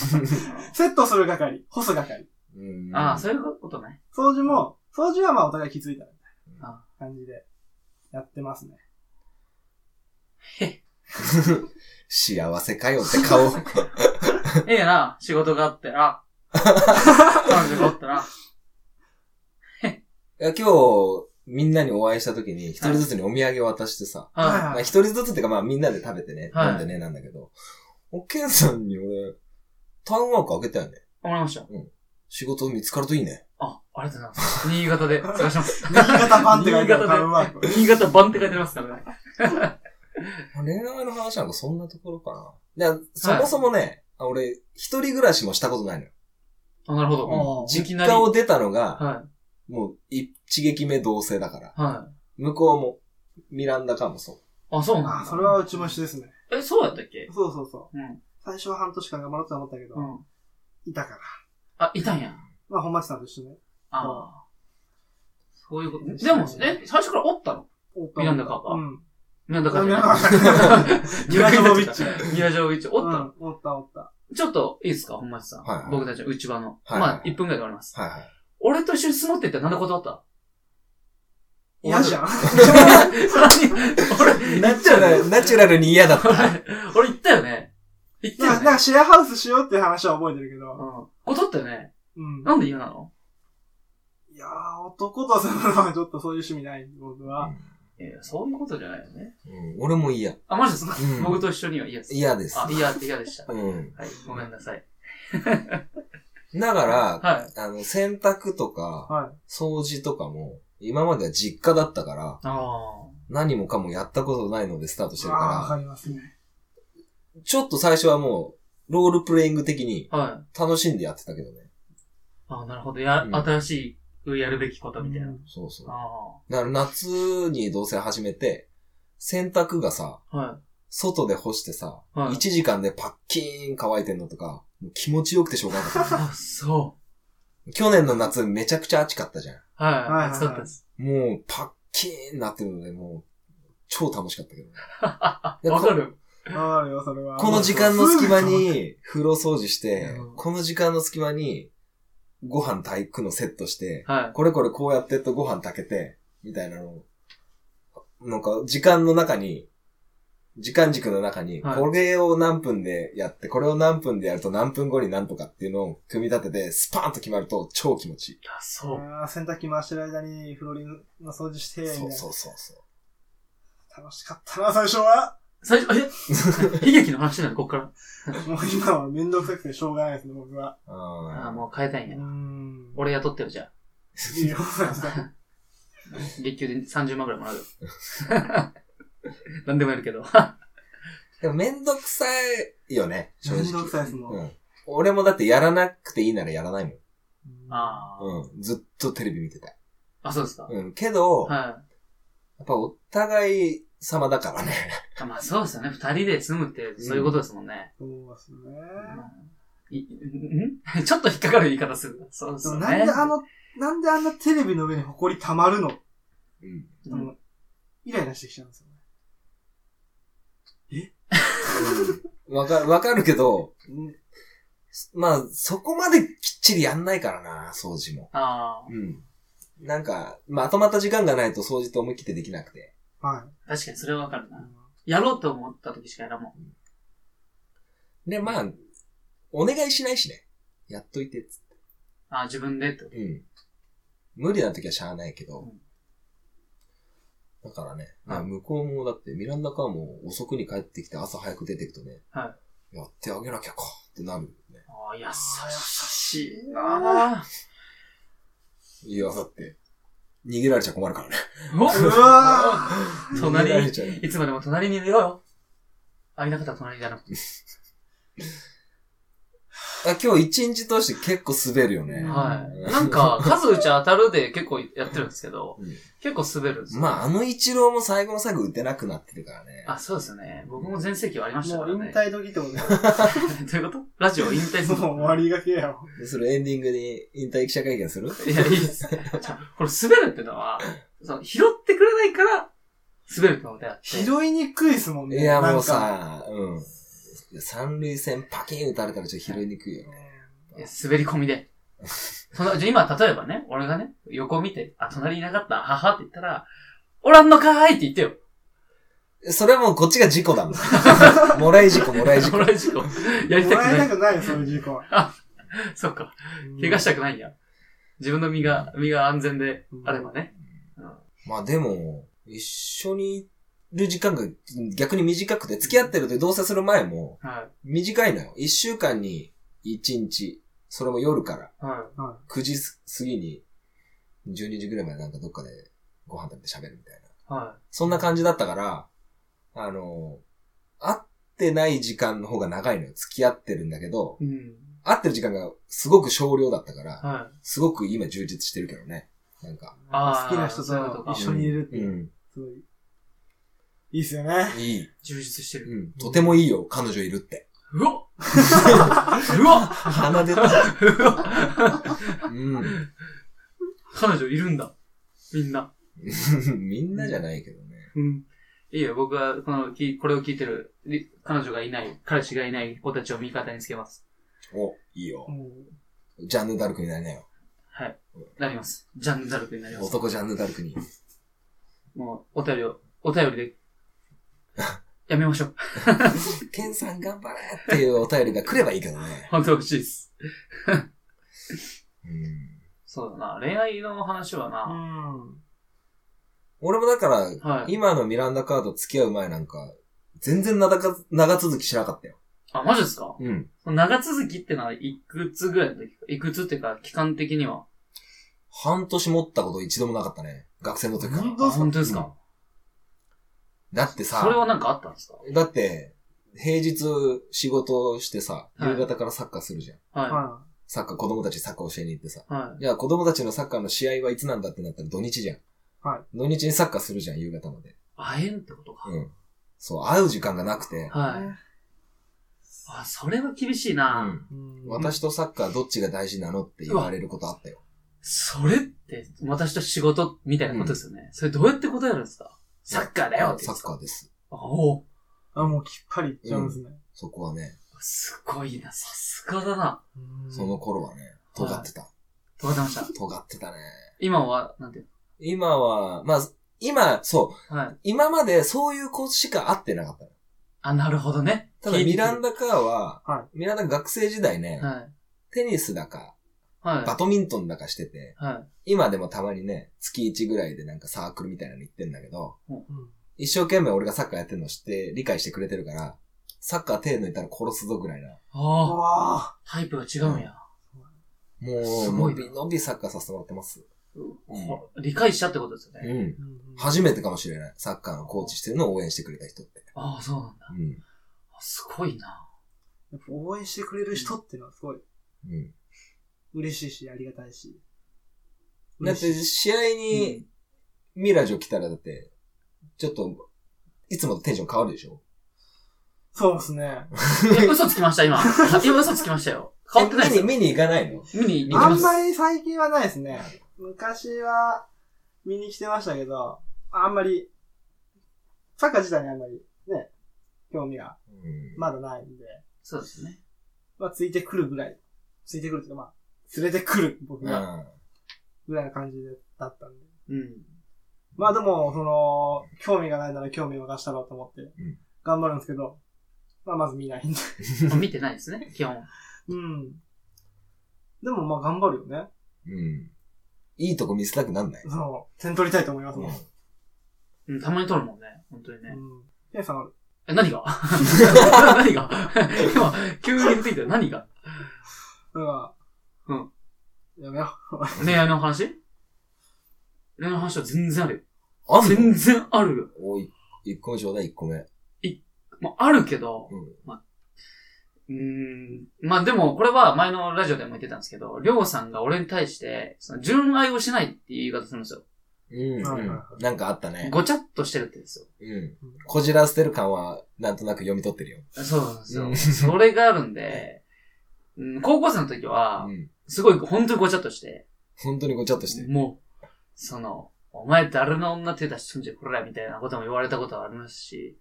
セットする係、干す係。
うん
あ
[LAUGHS]
あ、そういうことね。
掃除も、掃除はまあお互い気づいたみたい
あ
な感じでやってますね。
幸せかよって
[LAUGHS]
顔。
ええな、仕事があってな。彼女があってな。
いや今日、みんなにお会いした時に、一人ずつにお土産渡してさ、
は
まあ一人ずつっていうかまあみんなで食べてね、
はい
飲んでね、なんだけど、おけんさんに俺、タウンワーク開けたよね。
い。思いました。
仕事見つかるといいね。
あ、ありがとうございます。新潟で探します。
新潟版って書いてある
新潟で
タウンワーク
新潟版って書いてありますからね。
恋愛の話なんかそんなところかな。でそもそもね、あ俺、一人暮らしもしたことないのよ。
あ、なるほど。
おー
いき
実
なり
家を出たのが、
は
もう一撃目同棲だから。
い。はい。
向こうも、ミランダかもそ
あ、そうな
あ
んだ。
それはうちも一緒ですね。
え、そうやったっけ
そうそうそう。
うん。
最初は半年間頑張ろうと思ったけど、
うん。
いたから。
あ、いたんや。
まあ、本町さんと一緒ね。
あ
う
あ。そういうこと。でも、え、最初からおったのミランダカーパー
うん。
なんだか
ミ
じ
ラ
ゃ
ンダ
な
カ
い
ーパ
[LAUGHS]
ーミラジョボビッチ。
ミラジョボビッチ、おったの、
うんおったおった。
ちょっと、いいですか本町さん。
はいはい
僕たちの内場の。
はいはい
まあ、1分ぐらいで終わります。
う。はいはい。
俺と一緒に住もうって言ったら何で断った
嫌じゃん。
俺、言
ナ
っ
チ
た
ュラ
よ
ル、
ね。
ナチュラルに嫌だった。
俺、俺言ったよね。言った
な
よ
んか、な
ね
んか。シェアハウスしようっていう話は覚えてるけ
う
ど。
ん。断ったよね。
うん。
なんで嫌なの
いやー、男とするのはちょっとそういう趣味ない、僕は。
いや、そういうことじゃないよね。
うん俺も嫌。
あ、マジですか、
うん
僕と一緒には嫌です。
嫌です。
あ、嫌って嫌でした。は
うん。
い、ごめんなさい。
だから、
はい。
あの、洗濯とか、
は
掃除とかも、今までは実家だったから、
ああ。
何もかもやったことないのでスタートしてる
ああ、わ
か
かりますね。
ら、ちょっと最初はもう、ロールプレイング的に
はい。
楽しんでやってたけどね。
ああ、なるほど。や、
うん
新しくやるべきことみたいな。
うん
そうそう。
あ
だから夏に同棲始めて、洗濯がさ、
あ。は
外で干してさ、
い。
[LAUGHS]
はい
1。時間でパッキーン乾いてんのとか、もう気持ちよくてしょうがなかった。
あ、そ
去年の夏めちゃくちゃ暑かったじゃん。
う。はい
はいは。い
暑かったです。
もうパッキーンなってるので、もう、超楽しかっ
[LAUGHS]
たけどね。で
わかる
わかるよ、それは。
ここの時間の隙間
すぐに
に風呂掃除して
うん、
この時間の隙間にご飯炊くのセットして、
はい。
これこれこうやってとご飯炊けて、みたいなのをなんか時間の中に、時間軸の中に、
はい
これを何分でやって、これを何分でやると何分後に何とかっていうのを組み立てて、スパーンと決まると超気持ちいい。
いや、そう。
ああ洗濯機回してる間にフローリングの掃除して、みたい
そう
な
そうそうそう。
楽しかったな、最初は。
最
[LAUGHS]
初、え [LAUGHS] 悲劇の話なんで、こっから。
もう今はめんどくさくてしょうがないですね、僕は。
ああ、
あ
もう変えたい
うん
や。
ん。
俺雇ってるじゃん。
いいよ、そうですね
[LAUGHS] 月給で30万くらいもらうよ。 [LAUGHS] 何でもやるけ
[LAUGHS]
ど。
ーでもめんどくさいよね、正直。
めんどくさいですもん。
うん。俺もだってやらなくていいならやらないもん。
ああ。
うん。ずっとテレビ見てた。
あ、そうですか。
うん。けど、
は
やっぱお互い様だからね。 [LAUGHS]
い。まあそうですよね。二人で住むって、そういうことですもんね。
そうですね。
いん [LAUGHS] ちょっと引っかかる言い方する。そうで
ですも
よね。
なんであの、なんであんなテレビの上に埃溜まるの
うん。
うん
もうイライラしてきちゃうんですよね。
わかる、わかるけど、うんまあ、そこまできっちりやんないからな、掃除も。
あ
うん。なんか、まとまった時間がないと掃除って思い切ってできなくて。
は
あ。確かにそれはわかる
い
な。。やろうと思った時しかやらんもん。
で、まあ、お願いしないしね。やっといてっつっ
ああ、自分でってこと
て。うん。無理な時はしゃあないけど。
うん
だからね、まあ向こうもだってミランダカーも遅くに帰ってきて朝早く出てくとね、
は
やってあげなきゃかってなるよね。
ああ、優しい
あ
な。
いや、だって、逃げられちゃ困るからね。
お
うわー
隣
逃げられちゃう
[LAUGHS] いつまでも隣にいるよ。会いなかったら隣だな。
[LAUGHS] あ今日一日通して結構滑るよね。
はい。なんか、数打ち当たるで結構やってるんですけど、
[LAUGHS] うん
結構滑るんですよ。
まあ、あの一郎も最後の最後打てなくなってるからね。
あ、そうですよね。僕も全盛期はありました
も
か
う
らね。
引退時ってことだよ
[LAUGHS] どういうことラジオ引退す
[LAUGHS] も
る
う終わりがけやよ。
でそれエンディングに引退記者会見する
いや、いいです。じゃあこれ滑るってのは、その拾ってくれないから、滑るってことであって。
拾いにくいですもん
い
ね。
や、もう
なんか。
さ、うん。三塁線パキン打たれたらちょっと拾いにくいよ。
いや滑り込みで。そのじゃあ今、例えばね、俺がね、横見て、あ、隣いなかった、母って言ったら、おらんのかーいって言ってよ。
それはもうこっちが事故だもん。 [LAUGHS] もらい事故、もらい事
お [LAUGHS]
故。
らん事故。やり
も
たく
らえ
な。
ないくないよ、そういう事故は。
そっか。怪我したくないんや。自分の身が、身が安全であればね。
まあでも、一緒にいる時間が逆に短くて、付き合ってると同棲する前も
は
短いのよ。一週間に一日、それも夜から。
い。は
9時過ぎに、12時ぐらいまでなんかどっかでご飯食べて喋るみたいな。
い。は
そんな感じだったから、あの、会ってない時間の方が長いのよ。付き合ってるんだけど、
い。うん。
会ってる時間がすごく少量だったから、
は
すごく今充実してるけどね。なんか。
あー
好きな人
そういうこと
と
か
一緒にいるって、
うん。
すごい、いいっすよね。
いい。
い。充実してる。
うん。とてもいいよ、彼女いるって。
うわうわ
鼻出た。
うわ
うん。 [LAUGHS]
彼女いるんだ。みんな。
みんなじゃないけどね。
うん。いいよ、僕は、この、きこれを聞いてる、り彼女がいない、彼氏がいない子たちを味方につけます。
お、いいよ。
うん
ジャンヌダルクになりなよ。
はい。なります。ジャンヌダルクになります。
男ジャンヌダルクに。
もう、お便りを、お便り
[LAUGHS]
で、やめましょう。
ケンさん頑張れっていうお便りが来ればいいけどね。
本当欲しいです。
うん。
そうだな。恋愛の話はな、
俺もだから、
はい。
今のミランダカード付き合う前なんか、全然長か長続きしなかったよ。
あ、マジですか
うん。
長続きってのは、いくつぐらいの時いくつっていうか、期間的には。
半年持ったこと一度もなかったね。学生の時から。
本当
あ
ですか
本当ですか
うんだってさ
それ、はなんかあったんですか
だって、平日仕事してさ、
はい
夕方からサッカーするじゃん。
は
は
サッカー、子供たちサッカー教えに行ってさ。
い。はい。
じゃあ子供たちのサッカーの試合はいつなんだってなったら土日じゃん。
はい
土日にサッカーするじゃん、夕方まで。
会えんってことか。
うん。そう、会う時間がなくて。
い。
はい。あ、それは厳しいな。
うん
うん
私とサッカーどっちが大事なのって言われることあったよ。
それって、私と仕事みたいなことですよね。それどうやって答えるんですかサッカーだよって
サ
言うんで
ッ
すか
カーです。
おお
あ、もうきっぱりいっちゃうんですね。
そこはね、
すごいな。さすがだな。
うん
その頃はね、尖ってた。
わかりました。
尖ってたね。
今は、なんていう
今は、まあ、今、そう、
のはい。
今までそういう子しか会ってなかったの。
あ、なるほどね。
ただ、ミランダカーは、
は
ミランダ学生時代ね、
はい。
テニスだか、バ
は
ドミントンだかしてて、
い。はい。
今でもたまにね、月1ぐらいでなんかサークルみたいなの行ってんだけど、
うん
一生懸命俺がサッカーやってるの知って、理解してくれてるから、サッカー手抜いたら殺すぞぐらいな。
う
ああ、
わ
タイプが違うんや。
も
す
う、
ご
の
いな
びのびサッカーさせてもらってます。
こ理解したってことですよね。
うん。
ーうん
初めてかもしれない。サッカーのコーチしてるのを応援してくれた人って。
ああ、そうなんだ。
うん。
すごいな。
やっぱ応援してくれる人っていうのはすごい
うん。
嬉しいし、ありがたいし。
だっ
嬉
て、
しい
試合に、ミラジョ来たらだって、ちょっと、いつもとテンション変わるでしょ
そうですね。
え、嘘つきました、
[LAUGHS]
今。今嘘つきましたよ。変わってないで
え
す
見に、見に行かないの
見に行き
あ
ま
ん
す。
まり最近はないですね。昔は見に来てましたけど、あんまり、サッカー自体にあんまりね、興味が
うん。
まだないんで、
そうですね。
まあついてくるぐらい、ついてくるっていうかまあ、連れてくる僕が
うん
ぐらいの感じでだったんで。
うん。
まあでも、その、興味がないなら興味を出したろうと思って
ん、
頑張るんですけど、まあまず見ないんで。
まあ見てないですね、基本。
うん。でもまあ頑張るよね。
うん。いいとこ見せたくなんない。
その、点取りたいと思います
う
もん。
ん
うん。
うん、たまに撮るもんね。本当にね。
ケンさんある
え、何
[LAUGHS]
が何が今、急について何が
だから、
うん。
やめよう。
恋愛の話恋愛の話は全然あるよ。
あん
全
の
然あるよ。
おい、1個目ちょうだい、1個目。
まあ、あるけど、
うん
まあ、うーん、まあでも、これは前のラジオでも言ってたんですけど、りょうさんが俺に対して、その、純愛をしないっていう言い方するんですよ。
う
はい
ん、
は
う
い
ん
は。
なんかあったね。
ごちゃっとしてるって言うんですよ。
うん。こじらせてる感は、なんとなく読み取ってるよ。
そうなんです
う
よ。
ん
それがあるんで、うん、高校生の時は
う、ん。
すごい、本当にごちゃっとして、
本当にごちゃっとしてる。
もう、その、お前誰の女手出しとんじゃこらみたいなことも言われたことはありますし、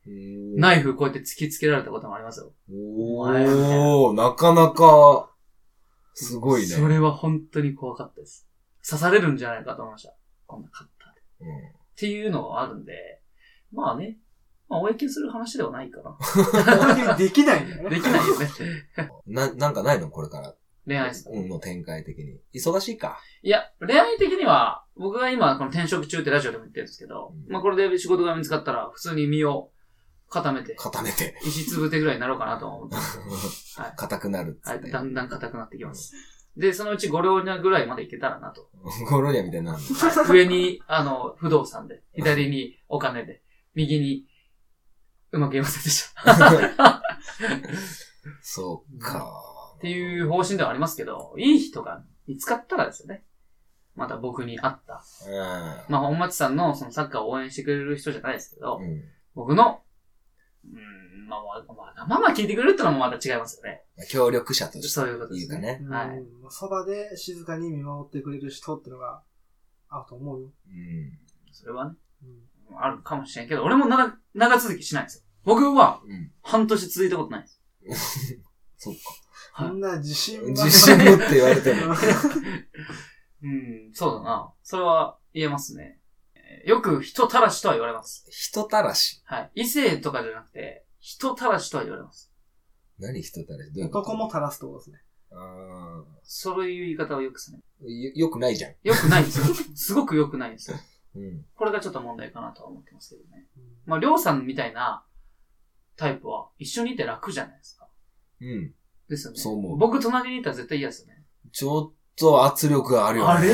ナイフこうやって突きつけられたこともありますよ。
おー、なかなか、すごいね。
それは本当に怖かったです。刺されるんじゃないかと思いました。こんなカッターで。っていうのがあるんで、まあね、まあ、お意見する話ではないかな。
攻 [LAUGHS] 撃できないんだよ
で
ね。
きない
[LAUGHS]
よね。
うん。な、なんかないのこれから。
恋愛ですか
うん、の展開的に。忙しいか。
いや、恋愛的には、僕が今、この転職中ってラジオでも言ってるんですけど、
うん
まあこれで仕事が見つかったら、普通に身を固めて、
固めて。 [LAUGHS]
石つぶてぐらいになろうかなと思って。はい
硬くなるっつ
は
っ
い、
て。
だんだん硬くなってきます。で、そのうちゴローニャぐらいまでいけたらな
[LAUGHS]
と。
ゴロリアみたいになる
[LAUGHS]
[LAUGHS]
の
はい上に、あの、不動産で、左にお金で、右に、うまく言えませんでした。
そうか。
っていう方針ではありますけど、いい人が見つかったらですよね。また僕に会った。
う
まあ、本町さんのそのサッカーを応援してくれる人じゃないですけど
ん。、うん。
僕の、うーん、まあまあ、まあ、まあまあ聞いてくれるってのもまた違いますよね。
協力者として。
そういうことです
いいかね
ね。はい。
うん。もうそばで静かに見守ってくれる人ってのが、あると思うよ。
うん。
それはね、
うん。
あるかもしれんけど、俺も長長続きしないんですよ。僕は
うん。
半年続いたことないです。
そっか。
そんな自信は
自信持って言われても。
うん、そうだな。それは言えますね。えーよく人たらしとは言われます。
人たらし。
はい。異性とかじゃなくて、人たらしとは言われます。
何人たらしどういうこと
[LAUGHS] 男も垂らすとこですね。
あ
そういう言い方をよくする。
ーよ、よくないじゃん。
よくないん
[LAUGHS]
ですよ。すごくよくないんですよ。
うん。
これがちょっと問題かなとは思ってますけどね。まあ、りょうさんみたいなタイプは一緒にいて楽じゃないですか。
うん。
ですよね。
そう思う
僕隣にいたら絶対嫌ですよね。
ちょっと圧力があ
[LAUGHS]
るよね。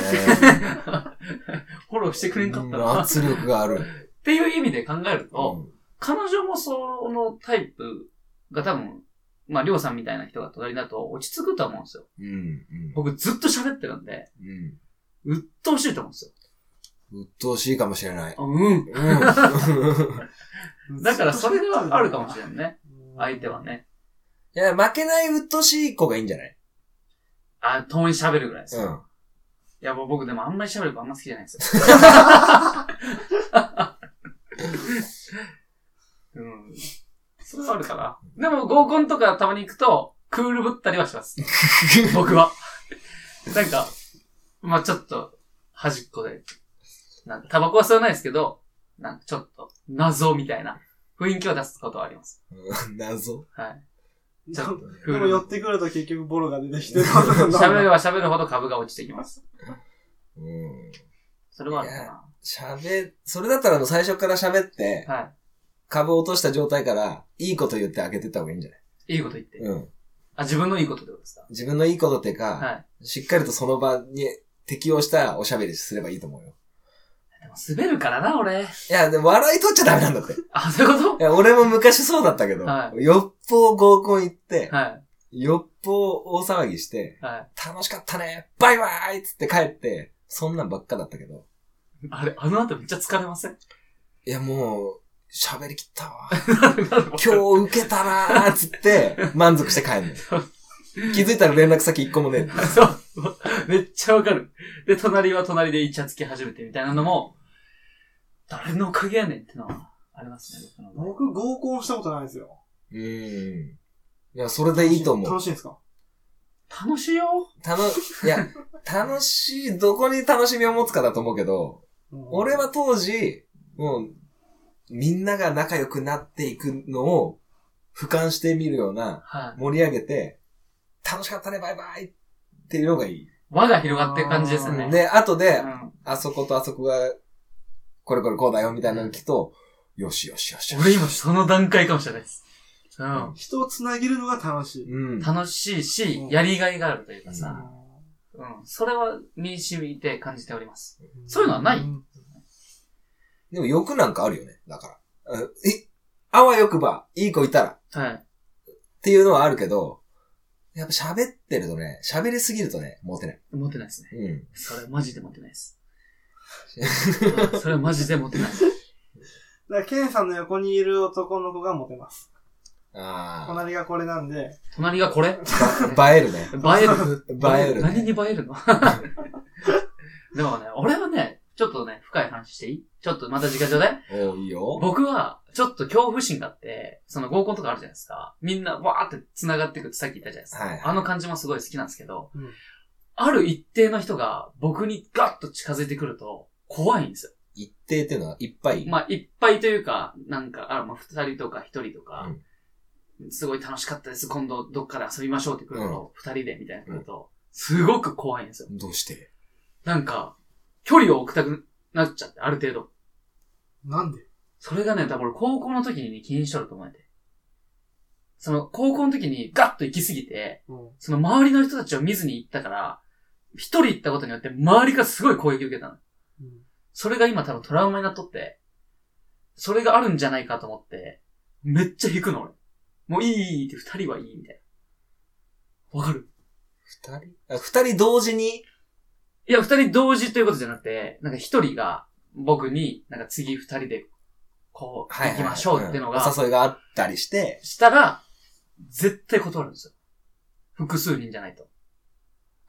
フォローしてくれんかった
うん
な。っ
圧力がある。
ていう意味で考えると、
うん
彼女もそのタイプが多分、まあ、りょうさんみたいな人が隣だと落ち着くと思うんですよ。
うん。うん。
僕ずっと喋ってるんで、
うん。
鬱陶しいと思うんですよ。
鬱陶しいかもしれない。
あうん。
うん。
だからそれではあるかもしれんね。
うん
相手は。ね。
いや、負けない鬱陶しい子がいいんじゃない
あ、共に喋るぐらいです。
う
い
ん。
や、もう僕でもあんまり喋る子あんま好きじゃないんですよ。うん。それはあるかな。でも合コンとかたまに行くと、クールぶったりはします。 [LAUGHS] 僕は。なんか、まあちょっと、端っこで。なんか、タバコは吸わないですけど、なんかちょっと、謎みたいな雰囲気を出すことはあります。
うん謎。
はい。ち
で
ょっと
も
クール
寄ってくると結局ボロが出て
[LAUGHS]
きて
喋れば喋るほど株が落ちてきます。
うん。
それはあるか
喋、それだったらもう最初から喋って、
な。は
株を落とした状態から、いいこと言ってあげてった方がいいんじゃない
い。いいこと言って。
うん。
あ、自分のいいことってことですか
自分のいいことっていうか、
はい。
しっかりとその場に適応したおしゃべりすればいいと思うよ。
でも滑るからな、俺。
いや、でも笑い取っちゃダメなんだ
[LAUGHS]
って。い
あ、そういうこ
や、俺も昔そうだったけど、
は
よっぽう合コン行って
と、は
よっぽう大騒ぎして、
い。はい。
楽しかったねバイバイっつって帰って、そんなんばっかだったけど。
あれ、あの後めっちゃ疲れません [LAUGHS]
いや、もう、喋りきったわ。
なんでなんで
今日受けたなーっつって、満足して帰る
[LAUGHS]
の。気づいたら連絡先一個もねえ。
そう。めっちゃわかる。で、隣は隣でイチャつき始めてみたいなのも、誰のおかげやねんってのはありますね、僕の場合
僕合コンしたことないんですよ。
うーん。いや、それでいいと思う
楽。しいんですか
楽しいよ。
楽、いや、楽しい、どこに楽しみを持つかだと思うけど、俺は当時、もう、みんなが仲良くなっていくのを、俯瞰してみるような、
はい。
盛り上げて、楽しかったね、バイバイっていうのがいい。
輪が広がってる感じです
う
ね。
で、後で、
うん
あそことあそこが、これこれこうだよ、みたいなの聞くと、よしよしよしよし。
俺今その段階かもしれないです。うん。
人をつなげるのが楽しい。
うん。
楽しいし
うん、
やりがいがあるというか
う
さ、
そ
うん。それは身に染みて感じております。そういうのはない
でも欲なんかあるよね、だから。あえ、あわよくば、いい子いたら、っ
はい。
ていうのはあるけど、やっぱ喋ってるとね、喋りすぎるとね、モテない。
持ってないですね。
うん。
それマジで持ってないです。うんそれマジで持ってないです。
だから、ケンさんの横にいる男の子がモテます。
あ
隣がこれなんで、
隣がこれ映
[LAUGHS] あ、ば映えるね。
える。
映える
何に
ね。
映えるの [LAUGHS] でもね、俺はね、ちょっとね、深い話していいちょっとまた時間ちょうだい
おいいよ。
僕は、ちょっと恐怖心があって、その合コンとかあるじゃないですか。みんなわーって繋がってくってさっき言ったじゃないですか。
はいはい
あの感じもすごい好きなんですけど、
うん
ある一定の人が僕にガッと近づいてくると、怖いんですよ。
一定っていうのはいっぱい。
まあ、いっぱいというか、なんか、あまあ、二人とか一人とか、すごい楽しかったです。今度どっかで遊びましょうって来ると、二、人でみたいな来ると、すごく怖いんですよ。
どうして
なんか、距離を置きたくなっちゃって、ある程度。
なんで
それがね、多分俺高校の時に、気にしとると思えて。その、高校の時にガッと行き過ぎて、
うん
その周りの人たちを見ずに行ったから、一人行ったことによって周りがすごい攻撃を受けたの。それが今多分トラウマになっとって、それがあるんじゃないかと思って、めっちゃ引くの俺。もういいいいいいって二人はいいみたいな。わかる
二人あ二人同時に
いや、二人同時ということじゃなくて、なんか一人が僕に、なんか次二人で、こう、行きましょうってのが、
んお誘いがあったりして、
したら、絶対断るんですよ。複数人じゃないと。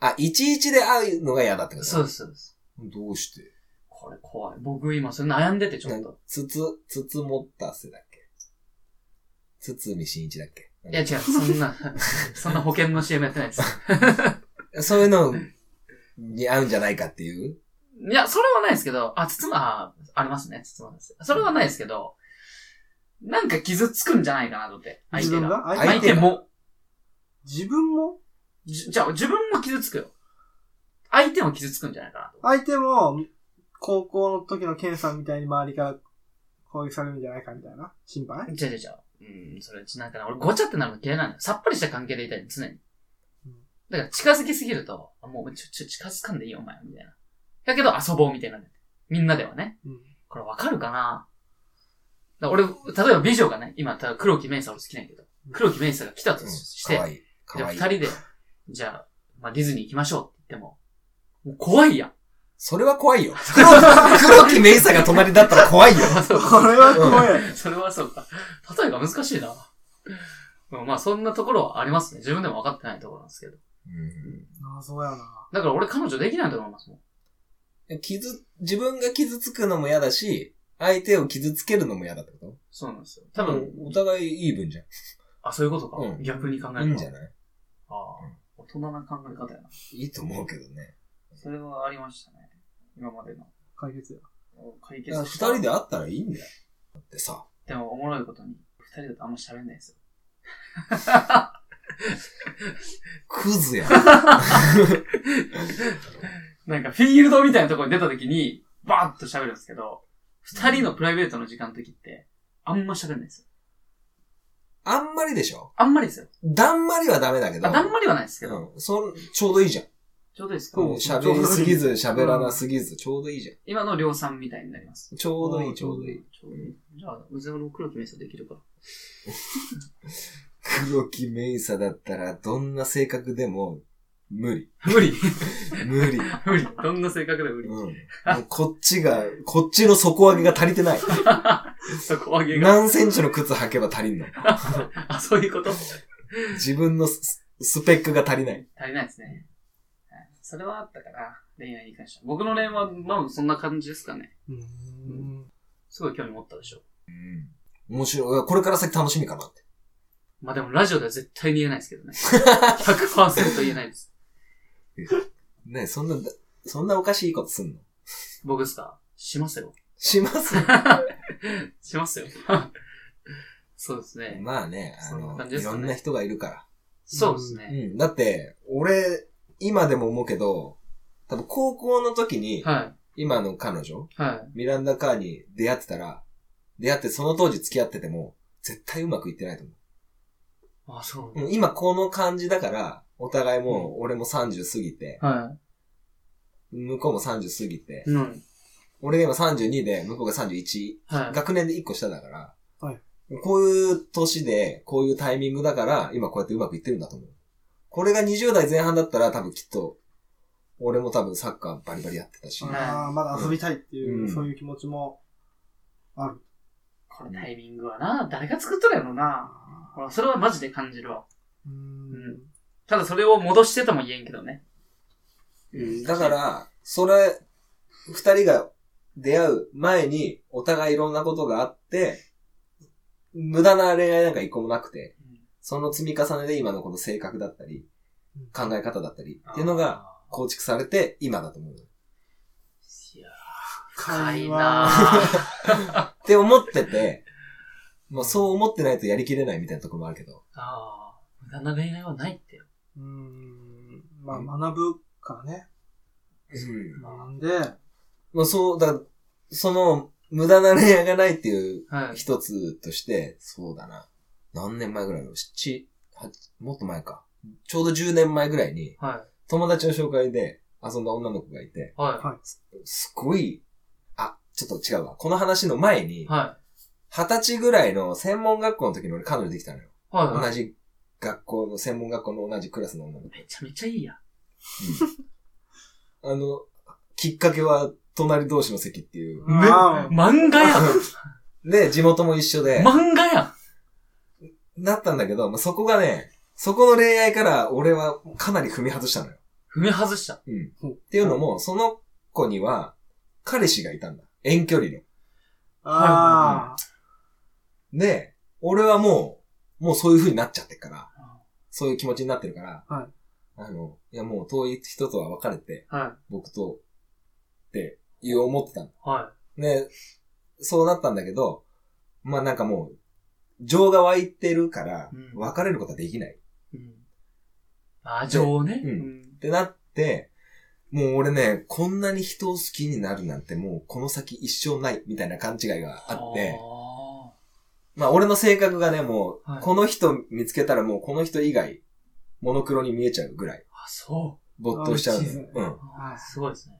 あ、いちいちで会うのが嫌だってこと
そうです、そうです。
どうして
これ怖い。僕今それ悩んでてちょっと。
つつ、つつもったせだっけつつみしんいちだっけ
いや違う、そんな、 [LAUGHS] そんな保険の CM やってないです。
そういうのに合うんじゃないかっていう。
いや、それはないですけど、あ、つつま、あ、ありますね、つつまです。それはないですけど、なんか傷つくんじゃないかなと思って、相
自
手
分
が。
が相手
相手も。
自分も
じじゃあ、自分も傷つくよ。相手も傷つくんじゃないかなと。
相手も、高校の時のケンさんみたいに周りから攻撃されるんじゃないかみたいな心配
違う違う違う。うん、それ、ちなんかな、俺ごちゃってなるの嫌いなのよ。さっぱりした関係でいたいの、常に。だから近づきすぎると、あもうちょ、ちょ、近づかんでいいよ、お前、みたいな。だけど遊ぼう、みたいな。みんなではね。
うん。
これわかるかなだから俺、例えば美女がね、今、ただ黒木メイサ俺好きなんやけど、黒木メイサが来たと
うん
し
か
て
わ、いい。か
じゃあ
わい
二
い。
人で、じゃあ、まあ、ディズニー行きましょうって言っても、もう怖
[LAUGHS]
いやん。
それは怖いよ。黒木黒木メイサが隣だったら怖いよ。
そう
これは怖い。
それはそうか。例えが難しいな。うんまあそんなところはありますね。自分でも分かってないところなんですけど。
うん
ああ、そうやな。
だから俺彼女できないと思いますもん。
傷、自分が傷つくのも嫌だし、相手を傷つけるのも嫌だってこと
そうなんですよ。多
多
分
分、、お互いイーブンじゃん。
あ、そういうことか。
うん
逆に考え
いい
る
ん
と
じゃ。ない
ああ、大人な考え方やな。
いいと思うけどね。
それはありましたね。今までの
解決や。
解
い
決
や二
した
人で会ったらいいんだよ。だってさ。
でもおもろいことに、二人だとあんま喋んないですよ。
クズ [LAUGHS] やん。
なんかフィールドみたいなところに出た時に、バーッと喋るんですけど、二人のプライベートの時間の時って、あんま喋んないですよ。
あんまりでしょ
あんまりですよ。
だんまりはダメだけど。
あ、あんまりはないですけど。
うん。そんちょうどいいじゃん。
ちょうどいいですか
うん喋りすぎず、喋らなすぎず、ちょうどいいじゃ
今の量産みたいになります。
ん。ちょうどい
あ
い、
ー
ちょうどいい。
ちょうどいいじゃあ、うずの黒木メイサできるから。
黒木メイサだったら、どんな性格でも、無理。
無理 [LAUGHS]
無理。
無理どんな性格でも無理。
うん。もうこっちが、こっちの底上げが足りてない。
底上げが。
何センチの靴履けば足りんの
あ、そういうこと足
自分のススペックが足りない。
りないですね。はいそれはあったかな。恋愛に関しては。僕の恋愛は、まあ、そんな感じですかね。
うーん。
すごい興味持ったでしょ。
面白いいや。これから先楽しみかなって。
まあでも、ラジオでは絶対に言えないですけどね。100%言えないです。
ねそんな、そんなおかしいことすんの
僕ですかしますよ。 [LAUGHS]
します
しますよ。 [LAUGHS] そうですね。
まあね、あ
そんな
の、
感じで
い
すか
ろ
ね
んな人がいるか
そうです
ら。
ね。
うん。だって、俺、今でも思うけど、多分高校の時に、
は
今の彼女、
い。はい。
ミランダ・カーに出会ってたら、出会ってその当時付き合ってても、絶対うまくいってないと思う。
あ、そう。
うん、今この感じだから、お互いもう、俺も30過ぎて、
は
向こうも30過ぎて
い。、うん。
俺が今32で、向こうが31、
はい。
学年で1個下だから、
はい
こういう年で、こういうタイミングだから、今こうやってうまくいってるんだと思う。これが20代前半だったら、多分きっと、俺も多分サッカーバリバリやってたし、
ん
ああ、まだ遊びたいっていう、
うん
そういう気持ちもある。
このタイミングはな、誰が作っとるやろな。ほらそれはマジで感じるわ。
うー
うん
ん。
ただそれを戻してとも言えんけどね。
うんだから、それ、二人が出会う前に、お互いいろんなことがあって、無駄な恋愛なんか一個もなくて、その積み重ねで今のこの性格だったり、考え方だったり、っていうのが
あ
構築されて今だと思う。っ
ー。いや深
深
い
い
な
な
ぁ。
て思ってて、まあそう思ってないとやりきれないみたいなところもあるけど。
あー無駄な恋愛はないってよ。
うーん。まあ、学ぶからね。
うん。
学んで、
まあそう、だからその無駄な恋愛がないっていう
はい。
一つとして、そうだな。何年前ぐらいの七、八、もっと前か。ちょうど10年前ぐらいに、
は
友達の紹介で遊んだ女の子がいて、
い。は
すごい、あ、ちょっと違うわ。この話の前に
い。、は
二十歳ぐらいの専門学校の時に俺彼女できたのよ。
い。は
同じ学校の、専門学校の同じクラスの女の子。
い。めちゃめちゃいいや。
あの、きっかけは隣同士の席っていう。
うんあー
漫画やん
で、地元も一緒で、
漫画やん
なったんだけど、まあ、そこがね、そこの恋愛から俺はかなり踏み外したのよ。
踏み外した。
うん。
ほう
っていうのも、その子には、彼氏がいたんだ。遠距離の。
ああ、
で、俺はもう、もうそういう風になっちゃってるから、そういう気持ちになってるから、
はい
あの、いやもう遠い人とは別れて、
は
僕と、っていう思ってたの。
い。は
ね、そうなったんだけど、まあなんかもう、情が湧いてるから
うん、
別れることはできない。っ
い。うん。あ、情ね。
うん
ん。
てなって、もう俺ね、こんなに人を好きになるなんてもうこの先一生ないみたいな勘違いがあって、まあ俺の性格がね、もう
はい、
この人見つけたらもうこの人以外、モノクロに見えちゃうぐらい。
あー。そ
没頭しちゃう、
あシーズン
ね。うん
う。。あすごいですね。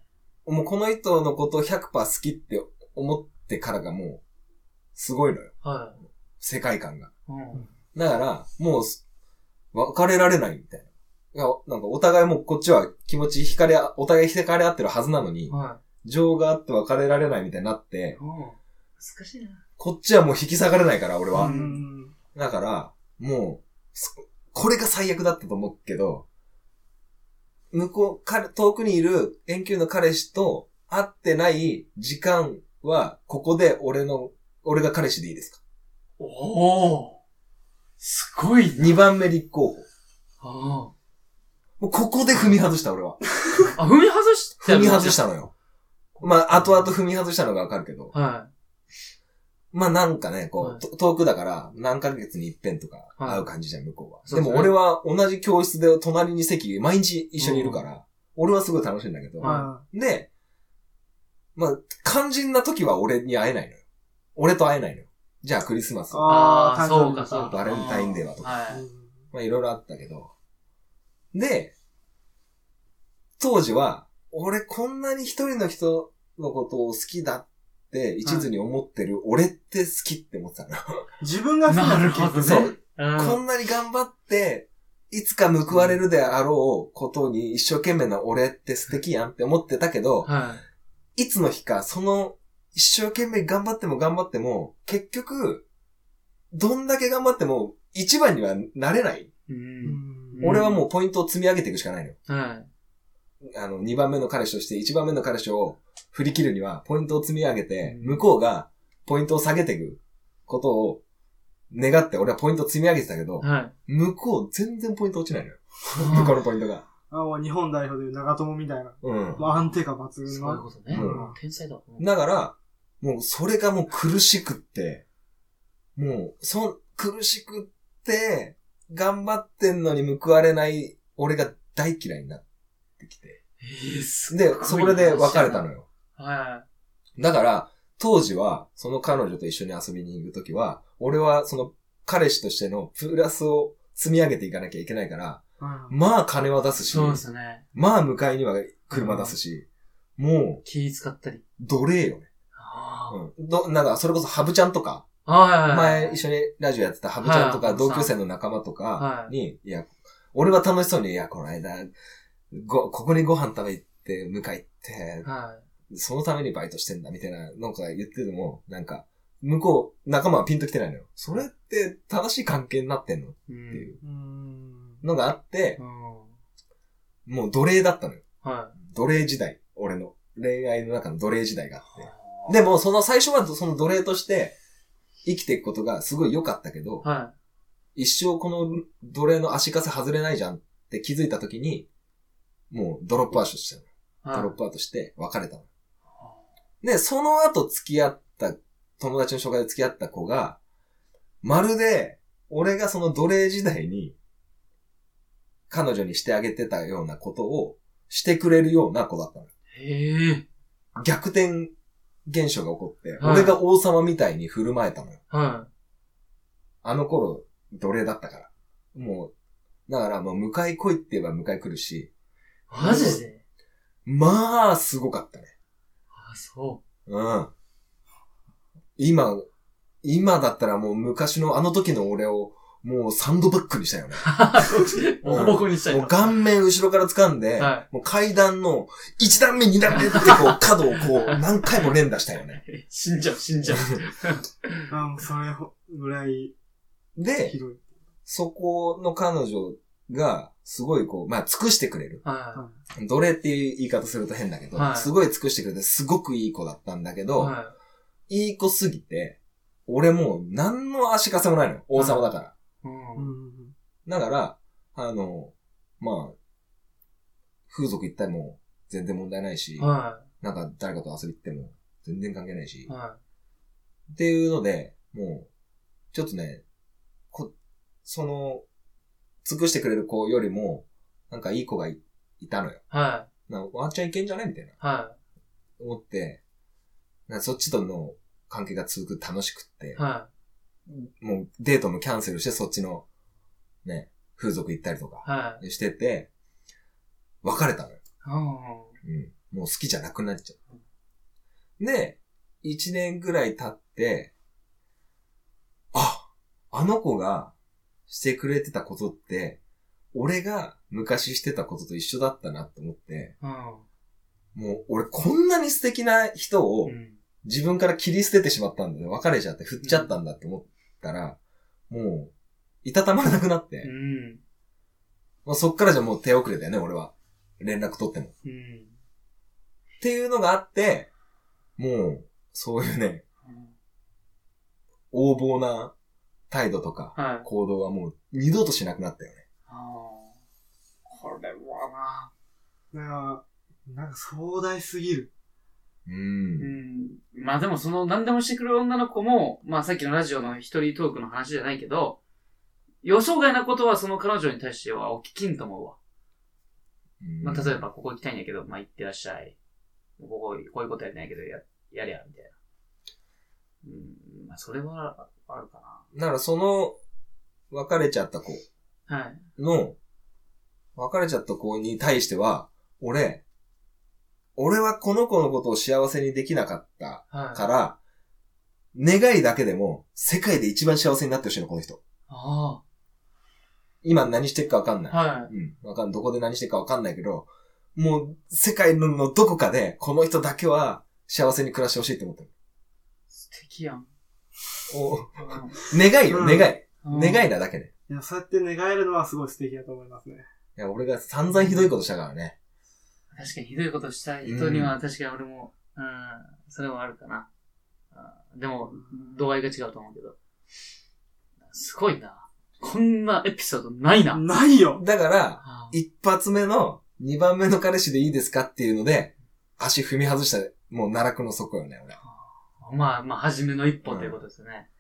もうこの人のこと100%好きって思ってからがもう、すごいのよ。
は
世界観が。
い。うん。
だから、もうす、別れられないみたいな。いやなんかお互いもうこっちは気持ち惹かれあ、お互い惹かれ合ってるはずなのに、
は
情があって別れられないみたいになっ
い。
て、
うん。難しいな。
こっちはもう引き下がれないから、俺は。
うん
ん。
だから、もうす、これが最悪だったと思うけど、向こう、彼遠くにいる遠距離の彼氏と会ってない時間は、ここで俺の、俺が彼氏でいいですか
おおすごい
?2 番目立候補。
あ
もうここで踏み外した、俺は。
あ。あ、踏み外した
踏み外し。たのよ。まあ、後々踏み外したのがわかるけど。
は
まあなんかね、こ、
はいう
と遠くだから、何ヶ月に一遍とか会う感じじゃん、向こうは。
そうです
で
ね
も俺は同じ教室で隣に席、毎日一緒にいるから、俺はすごい楽しいんだけど。
は
で、まあ、肝心な時は俺に会えないのよ。俺と会えないのよ。じゃあクリスマス、
あ
ま
あー
誕生
そ
日
うかそうか
バレンタインデーはと
い。
か、
は
う
まあいろいろあったけど。で、当時は、俺こんなに一人の人のことを好きだって一途に思ってる、俺って好きって思ってたの。
ん自分が好きな
なる
時
ほどね
そう。
い。うん
こんなに頑張って、いつか報われるであろうことに一生懸命な俺って素敵やんって思ってたけど、
はい
つの日か、その一生懸命頑張っても頑張っても、結局、どんだけ頑張っても一番にはなれない。
い。う。
うんん
うん
俺はもうポイントを積み上げていくしかないのよ。
はい。
あの、2番目の彼氏として1番目の彼氏を振り切るには、ポイントを積み上げて、
うん
向こうがポイントを下げていくことを願って、俺はポイントを積み上げてたけど、
はい。
向こう全然ポイント落ちないのよ。向こうのポイントが。
あ、もう日本代表でいう長友みたいな。
うん。
もう安定感抜群
そういう
の。
ことね。
うん
天才だ。うん
だから、もうそれがもう苦しくって、もう、そん、苦しくって、頑張ってんのに報われない俺が大嫌いになってきて。
えーすっごい
で、そこで別れたのよ。
は
だから、当時は、その彼女と一緒に遊びに行くときは、俺はその彼氏としてのプラスを積み上げていかなきゃいけないから、
うん
まあ金は出
い。
すし、
そうですよね。
まあ迎えには車出すし、もう、
気使ったり。
奴隷よね。
あー
うん。ど、なんか、それこそハブちゃんとか、
あー。
前
緒
一緒にラジオやってたハブちゃんと
は
か、
い
同級生の仲間とか
は
に、い、や、俺は楽しそうに、いや、この間、ご、ここにご飯食べ行って、迎え行って、
は
そのためにバイトしてんだ、みたいな、なんか言ってても、なんか、向こう、仲間はピンと来てないのよ。それって正しい関係になってんのっ
い。う
て
ん
いう
うん。
のがあって
う、ん。
もう奴隷だったのよ。
は
奴隷時代。俺の。恋愛の中の奴隷時代があって。
い。
でも、その最初はその奴隷として生きていくことがすごい良かったけど、
は
一生この奴隷の足かせ外れないじゃんって気づいた時に、もうドロップアウトしたの。
い。はい
ドロップアウトして別れたの。で、その後付き合った、友達の紹介で付き合った子が、まるで、俺がその奴隷時代に、彼女にしてあげてたようなことをしてくれるような子だったの。
へえ。
逆転現象が起こって、
はい
俺が王様みたいに振る舞えたのよ。
は
あの頃、奴隷だったから。もう、だからもう迎え来いって言えば迎え来るし、
い。マジで
まあ、すごかったね。
あーそ
うん。今、今だったらもう昔のあの時の俺を、もうサンドバッグにした
[LAUGHS]
よね。
う。ボコボコにしたいと。
もう顔面後ろから掴んで、
は
もう階段の1段目2段目ってこう角をこう何回も連打したよね。
い。死んじゃう、死んじゃう。
あ、もうそれぐらい
で、
広い。
そこの彼女が、すごいこう、まあ、尽くしてくれる。
は
奴隷っていう言い方すると変だけど、
はい
すごい尽くしてくれて、すごくいい子だったんだけ
い。
ど、
はい
い子すぎて、俺もう何の足かせもないの。王様だから。
い。う。
うんん。
だから、あの、まあ、風俗行ったりも全然問題ないし、
は
なんか誰かと遊び行っても全然関係ないし
い。、は
っていうので、もう、ちょっとね、こ、その、尽くしてくれる子よりも、なんかいい子がいいたのよ。
い。は
なんかワンチャンいけんじゃないみたいな。
い。は
思って、なんかそっちとの関係が続く楽しくって
い。、は
もうデートもキャンセルしてそっちの、ね、風俗行ったりとか
い。は
してて、別れたのよ。
うん。
うん。もう好きじゃなくなっちゃう。で、一年ぐらい経って、あ、あの子がしてくれてたことって、俺が昔してたことと一緒だったなって思って、
うん。
もう俺こんなに素敵な人を
うん
自分から切り捨ててしまったんだね。別れちゃって、振っちゃったんだって思ったら、もう、いたたまれなくなって、
うん。
まあそっからじゃもう手遅れだよね、俺は。連絡取っても。
うん。
っていうのがあって、もう、そういうね、横暴な態度とか
はい。
行動はもう二度としなくなったよね。
あーこれはな。
なんか、なんか壮大すぎる。
う。
うんん。まあでもその何でもしてくれる女の子も、まあさっきのラジオの一人トークの話じゃないけど、予想外なことはその彼女に対しては大きいと思うわ。まあ例えばここ行きたいんやけど、まあ行ってらっしゃい。ここ、こういうことやりたいけどや、やりゃ、みたいな。うん。まあそれはあるか
だからその、別れちゃった子
な。はい。
の、別れちゃった子に対しては、俺、俺はこの子のことを幸せにできなかった
はい。
か
あ
ら、願いだけでも、世界で一番幸せになってほしいの、この人。
あ
今何してっかわかんない。
ー。はい。
うん。わかん、どこで何してるかわかんないけど、もう、世界のどこかで、この人だけは幸せに暮らしてほしいって思ってる。
素敵やん。
お願いよ、
うん
願い。
うん
願いなだけで。
いや、そうやって願えるのはすごい素敵だと思いますね。
いや、俺が散々ひどいことしたからね。
確かにひどいことしたい人には確かに俺も、うん、それはあるかな。うんでも、度合いが違うと思うけど。すごいな。こんなエピソードないな。
ないよ
だから、
あ
一発目の二番目の彼氏でいいですかっていうので、足踏み外した、もう奈落の底よね、俺。
まあまあ、初めの一歩ということですよね。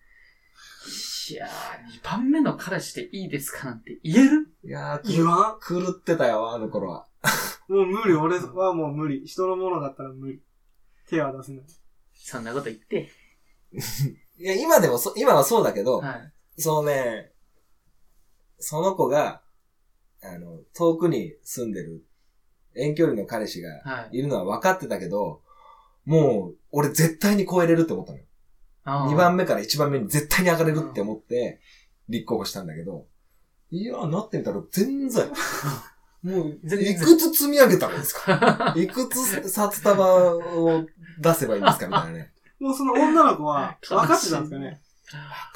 いやー、二番目の彼氏でいいですかなんて言える
いやー、
言わ
狂ってたよ、あの頃は。
んもう無理、俺はもう無理。人のものだったら無理。手は出せない。
そんなこと言って。
いや、今でもそ、今はそうだけど、
はい。
そのね、その子が、あの、遠くに住んでる遠距離の彼氏が
はい。
いるのは分かってたけど、もう、俺絶対に超えれるって思ったのよ。2番目から1番目に絶対に上がれるって思って、立候補したんだけど、いや、なってみたら
[LAUGHS]
全然、もう、
全然
いくつ積み上げたんですかいくつ札束を出せばいいんですかみた
[LAUGHS]
いなね。
もうその女の子は分かってたんですかね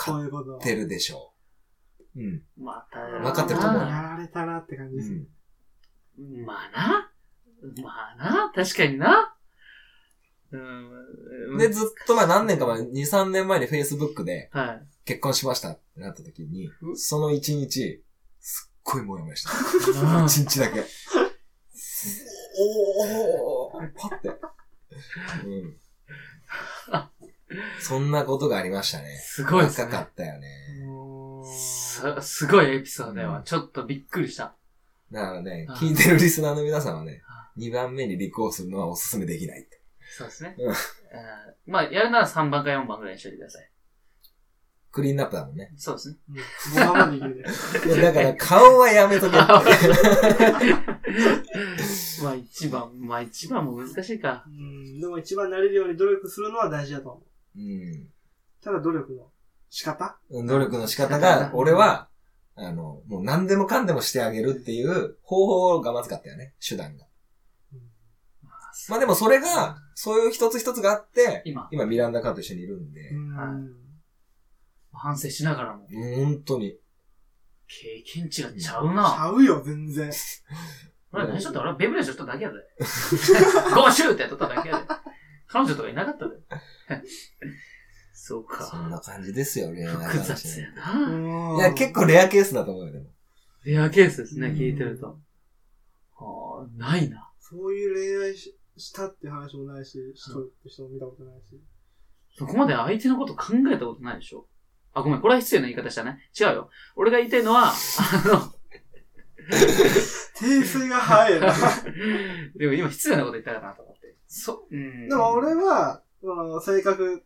こういうことを。
出るでしょう。うん。
[LAUGHS] また、
分かってると思う
やられたなって感じ
う
です。
ん。
まあな。まあな。確かにな。うん。
で、ずっとまあ何年か前、2、3年前に Facebook で
はい。
結婚しましたってなった時に、
う
その1日、すっごいモヤモヤした。
うん
1日だけ。おーおーおーおーパッて。うん。そんなことがありましたね。
すごいです
若か
ね。
ったよね。
もう
す、すごいエピソードや
う
わ。
ん
ちょっとびっくりした。
だからね、
あー
聞いてるリスナーの皆さんはね
あ、
2番目に離婚するのはおすすめできない。
そうですね。
うん
うんまあ、やるなら3番か4番ぐらいにしといてください。
クリーンナップだもんね。
そうですね。
うんもう我慢できるね。
いやだから顔はやめと
[LAUGHS]
けって。
まあ1番、まあ1番も難しいか。
うん、でも一番慣れるように努力するのは大事だと思う。
うん。
ただ努力の仕方
努力の仕方が、俺は、あの、もう何でもかんでもしてあげるっていう方法がまずかったよね、手段が。まあでもそれが、そういう一つ一つがあって、
今、
今ミランダカーと一緒にいるんで
う、
はい
ん。
反省しながらも、
もう本当に。
経験値がちゃう
ち
な。
ゃうよ、全然。
俺、何しとった俺、ベブレーションしただけ
[LAUGHS]
やで。ゴーシューってやっとっただけやで。彼女とかいなかったで。そう
そ
か。
んな感じですよ、恋愛
複雑
話
や
ね。
な。
い
い
や、結構レアケースだと思うよ、でも。
レアケースですね、
うん
聞いてると。ああ、ないな。
そういう恋愛ししたって話もないし、しとるって人も見たことないし。
そこまで相手のこと考えたことないでしょ。あ、ごめん、これは失礼な言い方したね。違うよ。俺が言いたいのは、あの、 [LAUGHS]
訂正が早
[LAUGHS]
いな。
でも今失礼なこと言ったかなと思って。そ、うん。
でも、俺は、その性格、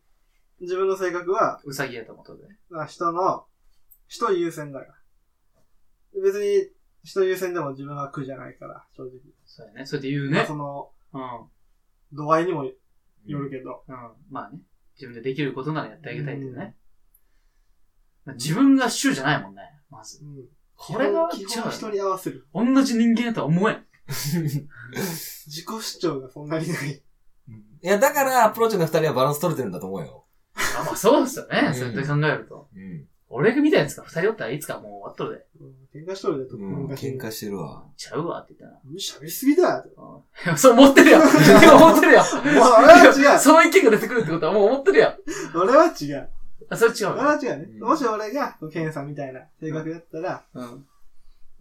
自分の性格は、
うさぎやと思ったで。
まあ人の、人優先だから。別に、人優先でも自分は苦じゃないから、正直。
そうやね。そうやって言う
まあ
ね。
その、
うん。
度合いにもよるけど。
うん。まあね。自分でできることならやってあげたいっていうね。まあ自分が主じゃないもんね。まず。
うん。
これが違
基本人
う。
に合わせる。
同じ人間やとは思えん。
自己主張がそんなにない。
いや、だから、アプローチの二人はバランス取れてるんだと思うよ。
あまあそうですよね。
うん
そうやって考えると。
うん。
俺みたいなやつが二人おったらいつかもう終わっとるで。
うん喧嘩しとるで、と
うん、喧嘩してるわ。
ちゃうわって言ったら。
喋りすぎだよ。
うん [LAUGHS] そう思ってるよ。
[LAUGHS]
思ってるよ。
もう俺は違う。
その意見が出てくるってことはもう思ってるよ。
俺は違う。
あ、それ違う
俺
よ。
は違うね。もし俺が、ケンさんみたいな性格だったら、
うん。
うん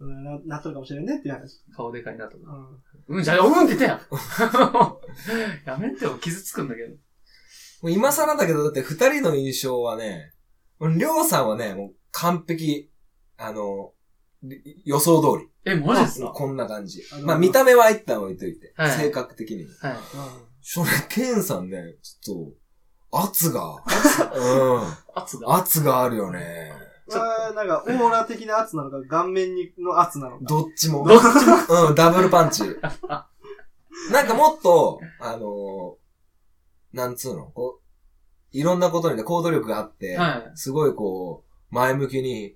ななっとるかもしれんねっていう話。
顔でかいなとか。
うん。
うん、じゃあ、うんって言ったやん。 [LAUGHS] やめてよ、傷つくんだけど。
もう今更だけど、だって二人の印象はね、りょうさんはね、もう完璧、あの、り予想通り。
え、マジっすか
こんな感じ
あ。の
まあ、見た目は一旦置いといて。
はい
性格的にも。
はい。
それ、ケンさんね、ちょっと、圧が、う
圧
ん。
が。
圧があるよね。
ちょっと
あなんか、オーラ的な圧なのか、顔面にの圧なのか。
どっちも。
どっち
うん、ダブルパンチ。なんかもっと、あのーなんつうの、こう、いろんなことに行動力があって、
はい
すごいこう、前向きに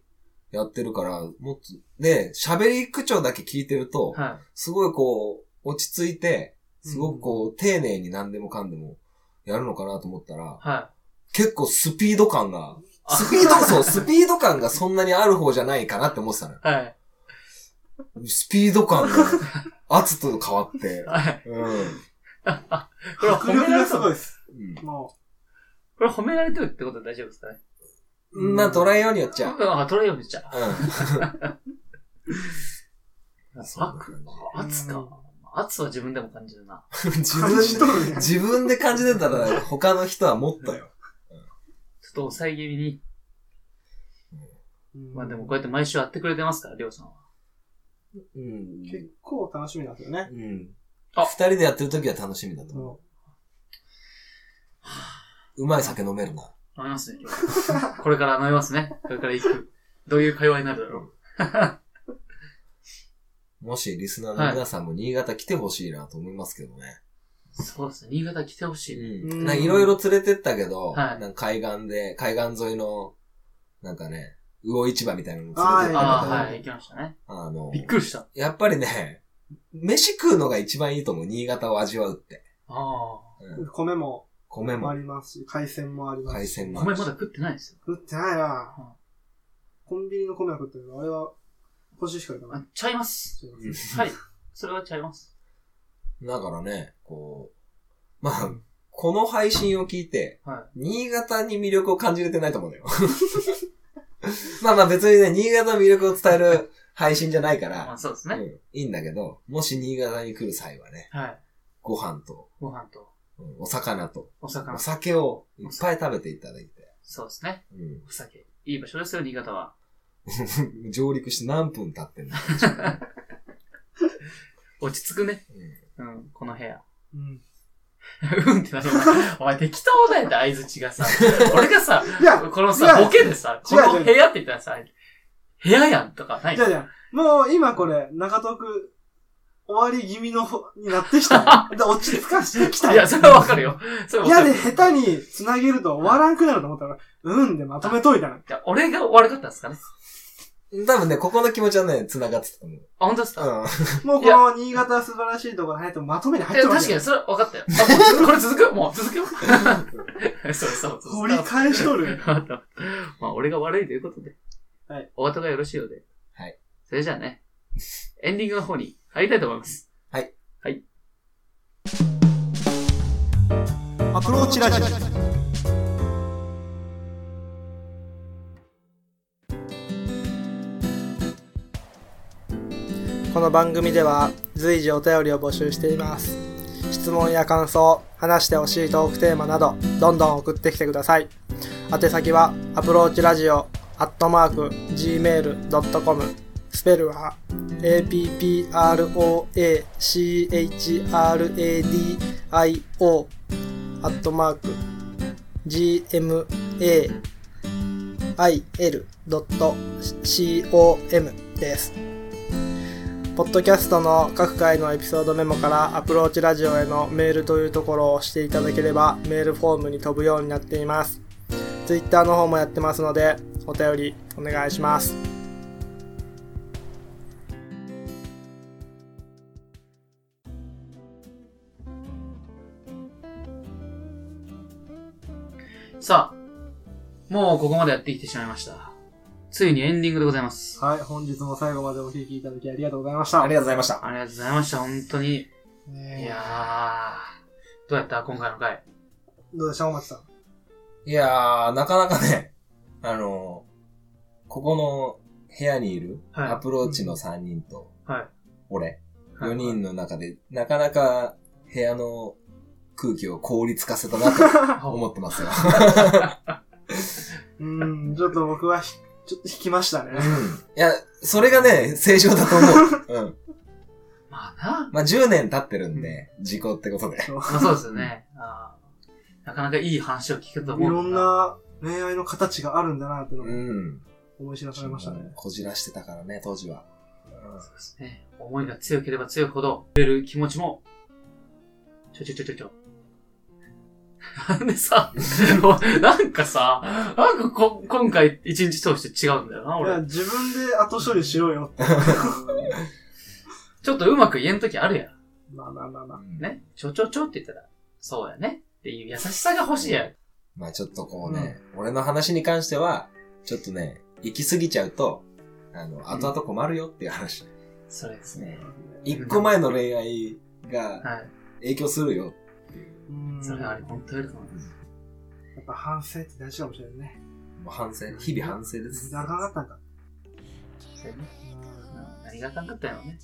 やってるから、もっと、で、喋り口調だけ聞いてると、
は
すごいこう、落ち着いて、すごくこう、丁寧に何でもかんでもやるのかなと思ったら
い。、は
結構スピード感が、
あ
スピード、そう、スピード感がそんなにある方じゃないかなって思ってたのよ。
い。はい。
スピード [LAUGHS] 感が、圧と変わって。
はい。
うん。
これは
迫
褒め
力
られて
がす
る。
ご
こ
いです。も
れ褒められてるってことは大丈夫ですかね
うん。まあ、捉えようによっちゃ。 [LAUGHS] う
あ、トライオンちゃ
ん。
あ、圧
う
か。圧は自分でも感じるな。
[LAUGHS] 自
う、感じと
分で、
るね。
自分で感じてたら、他の人はもっとよ。
ちょっと抑え気味に。
うん
まあでもこうやって毎週やってくれてますから、りょうさんは。
うん。
結構楽しみなんですよね。
うん。
あ
二人でやってる時は楽しみだと思
も
う。うまい酒飲めるな。
飲みますね、今日これから飲みますね。これから行く。どういう会話になるだろう。
もし、リスナーの皆さんも新潟来てほしいなと思いますけどね。
そうですね。新潟来てほしい。
う
うん
ん。なんかいろいろ連れてったけど、
はい
なんか海岸で、海岸沿いの、なんかね、魚市場みたいなのも連れてっ
あ
た
あ、
けど、
はい
はい、行きましたね。
あの、
びっくりした。あ
やっぱりね、飯食うのが一番いいと思う。新潟を味わうって。
あ。
うん、
米も
米
あ
も、
りますし、海鮮もありますし。
海鮮
お
も
前
ある
ま
し。
だ食ってないですよ。
食ってないな
うん
コンビニの米は食ってるけど、あれは、腰しかいかない。
あ、ちゃいます。
すいま
うん
はい。それはちゃいます。
だからね、こう、まあ、この配信を聞いて、
は
新潟に魅力を感じれてないと思うのよ。 [LAUGHS] まあまあ別にね、新潟の魅力を伝える配信じゃないか
い。まあ
ら、
そうですね。
うんいいんだけど、もし新潟に来る際はね、
はい。
ご飯と、
ご飯と
うんお魚と、
お魚
お。酒をいっぱい食べていただいて、
そうですね。
うん
お酒。いい場所ですよ、新潟は。
[LAUGHS] 上陸して何分経ってんの、
落ち着くね。
うん
うん、この部屋。 [LAUGHS]
うん。
うんってなるお前適当だよって相づちがさ。俺がさ、
いや、
このさ、
違う
ボケでさ、こ
違う
の部屋って言ったらさ、部屋やんとかない
じゃあじゃあもう今これ、中東区、終わり気味の方になって
[LAUGHS]
きた。で落ち着かしてきた。
いや、それはわかるよ。それはいわか
や
る。
で、下手に繋げると終わらんくなると思ったら、うんでまとめといたな。
じゃあ俺が悪かったんですかね。
多分ね、ここの気持ちはね、繋がってたと思う。
あ、本当ですか、
うん。
もうこの新潟素晴らしいところに入ってもまとめに
い
入っ
や
ちゃうわ
確
け
か
よ
に、それは分かったよ。あもうこれ続くもう続
[LAUGHS]
くよ。そうそうそう。
掘り返しとる。
あと [LAUGHS] まあ、俺が悪いということで。
はい。
お後がよろしいようで。
はい。
それじゃあね、エンディングの方に入りたいと思います。
アプローチラジオ。この番組では随時お便りを募集しています。質問や感想、話してほしいトークテーマなど、どんどん送ってきてください。宛先は、アプローチラジオ、アットマーク、gmail.com、スペルは、approachradio、アットマーク、gmail.com です。ポッドキャストの各回のエピソードメモからアプローチラジオへのメールというところを押していただければメールフォームに飛ぶようになっています。ツイッターの方もやってますのでお便りお願いします。
さあ、もうここまでやってきてしまいました。ついにエンディングでございます。
はい、本日も最後までお聞きいただきありがとうございまし
[LAUGHS] あ
た。
りがとうございました。
ありがとうございました、本当に。い
ねえ
やー、どうやった今回の回。
どうでした、おまちさん。
いやー、なかなかね、 [LAUGHS] あのー、ここの部屋にいる
はい
アプローチの3人と、
はい。
俺、4人の中で、なかなか部屋の空気を凍りつかせた
[LAUGHS]
なと思ってますよ。
うん、ちょっと僕はひちょっと引きました
うん
ね。。
いや、それがね、正常だと思
[LAUGHS]
う。うん。
[LAUGHS] まあな。
まあ、10年経ってるんで、時効ってことで。
まあそうですよね。あーなかなかいい話を聞くと
い
思う。
ろん。な恋愛の形があるんだなっていうのを
うん。
思い知らされましたね。
こじらしてたからね、当時は。
そうですね。思いが強ければ強いほど、増える気持ちも、ちょちょちょちょちょ。なんでさ、なんかさ、なんかこ今回一日通して違うんだよな、
いや、
俺。
自分で後処理しろよって。
ちょっとうまく言えんときあるやん。
まあまあまあまあ。
うん
ね、ちょちょちょって言ったら、そうやねっていう優しさが欲しいやん。
まあちょっとこうね、俺の話に関しては、ちょっとね、行き過ぎちゃうと、あの、後々困るよっていう話。
それですね。
一個前の恋愛が
はい。
影響するよ。
うん
それはあれ、
や
本当にあると思います。
っぱ反省って大事かもしれないね。
もう反省、日々反省です。
長かったんか。
そうやねうん何があかんかったんやろね。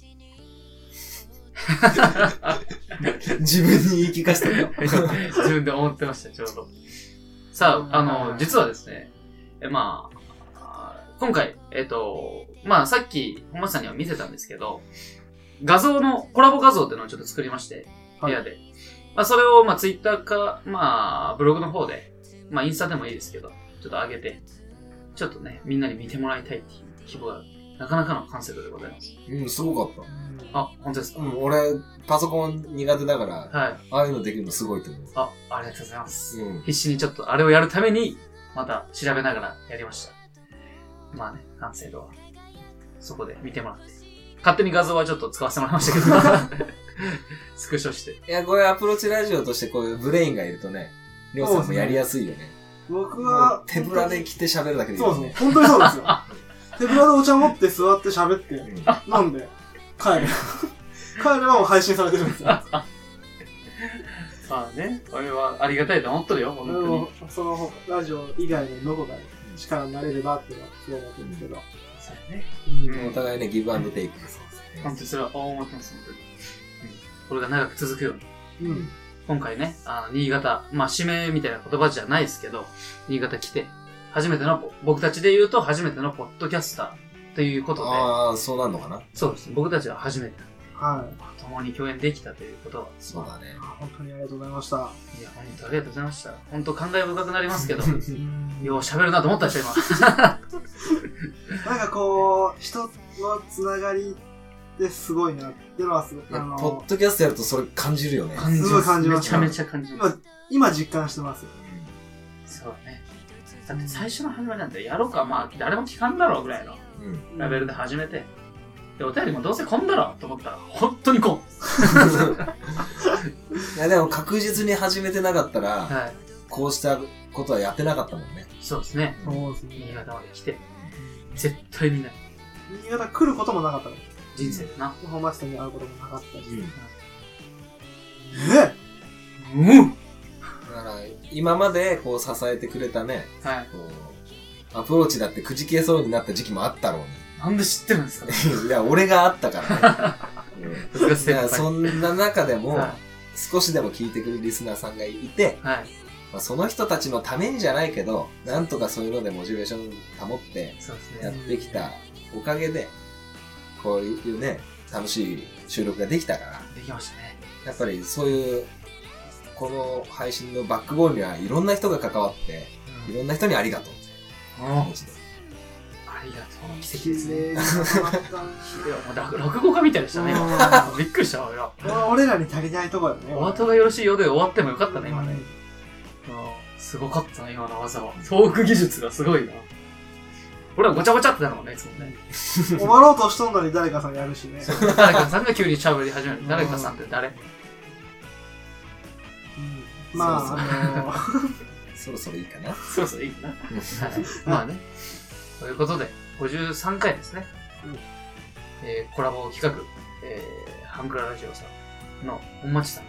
自分に言い聞かせたよ。
自分で思ってました、ちょうど。さあ、あの、実はですね、えまあ、あー今回、えっ、と、まあさっき、本間さんには見せたんですけど、画像の、コラボ画像っていうのをちょっと作りまして、部屋で。まあそれを、まあツイッターか、まあブログの方で、まあインスタでもいいですけど、ちょっと上げて、ちょっとね、みんなに見てもらいたいっていう希望が、なかなかの完成度でございます。
うん、すごかっ
あ、本当です
た。
か、
うん、俺、パソコン苦手だから、
はい。
ああいうのできるのすごいと思う。
あ、ありがとうございます。
うん。
必死にちょっとあれをやるために、また調べながらやりました。まあね、完成度は。そこで見てもらって。勝手に画像はちょっと使わせてもらいましたけど、スクショして。
いや、これアプローチラジオとしてこういうブレインがいるとね、りょうさんもやりやすいよね。
僕
も
は
う、手ぶらで来て喋るだけでいい
そう
よ
ですね
ね。。
本当にそうですよ。手ぶらでお茶持って座って喋って、飲んで、帰る。帰ればもう配信されてるんですよ。
まあね、これはありがたいと思っとるよ、
で
本当に
も。、そのラジオ以外のどこかで力になれればっていうのはすごい思ってるんですけど。
そうね。
うんお互いね、ギブアンドテイク。
本当にそれは思ってます、本当に。うんこれが長く続くように。
うん。
今回ね、あの、新潟、まあ、指名みたいな言葉じゃないですけど、新潟来て、初めての、僕たちで言うと初めてのポッドキャスターということで、
ああ、そうなんのかな
そうです。僕たちは初めて、
はい。
まあ共に共演できたということは、
そうだね。
本当にありがとうございました。
いや、本当ありがとうございました。本当感慨深くなりますけど、よ
うん
う喋るなと思ったでしょ、今。
なんかこう、人のつながりってすごいなってのはすごい、
い
あ
やポ
の
ッ、ドキャストやるとそれ感じるよね。
感じます
すごい感じます
めちゃめちゃ感じます。
今、今実感してます。
そうだね。だって最初の始まりなんで、やろうか、まあ、誰も聞かんだろうぐらいの
うん。 [LAUGHS]
レベルで始めて、で、お便りもどうせ来んだろうと思ったら、本当に来ん。
いや、でも確実に始めてなかったら、
はい。
こうしたことはやってなかったもんね。
そうですね。
そうです
新
ね。
潟まで来て、絶対にない。
新潟来ることもなかったの。
人生でな。
本町さんに会うこともなかったし。え
うん。
だから、今までこう支えてくれたね、
はい。
こう、アプローチだってくじけそうになった時期もあったろうね。
なんで知ってるんですか
[LAUGHS] いや、俺があったから
[LAUGHS]
ね。うん
難し
い
い。
やそんな中でも、
は
少しでも聞いてくれるリスナーさんがいて、
い。はい。
まあ、その人たちのためにじゃないけど、なんとかそういうのでモチベーション保って
そうです
やっ
ね。
てきたおかげで、こういうね、楽しい収録ができたから、
できましたね。
やっぱりそういう、この配信のバックボーンにはいろんな人が関わって、いろんな人にありがとうって
うん。あ
気持ちで
りやいや、その奇跡
綺
ですね。
麗に収まった。
いや、もう落落語家みたいでしたね、今。
う
びっくりしたわ、いや。
んまあ俺らに足りないとこだよね。
お後がよろしいようで終わってもよかったね、今
う
ね
ん。。
うんすごかったな、今の技は。トーク技術がすごいな。俺らごちゃごちゃってなのもんね、いつもね。
終わろうとしとんのに誰かさんやるしね。
誰かさんが急に喋り始める。誰かさんって誰
うんま
そう
あ、
そろそろいいかな。
そうそう、いいな。はいまあね。ということで、53回ですね。
うん
えーコラボ企画、えー、ハンクララジオさんの、本町さん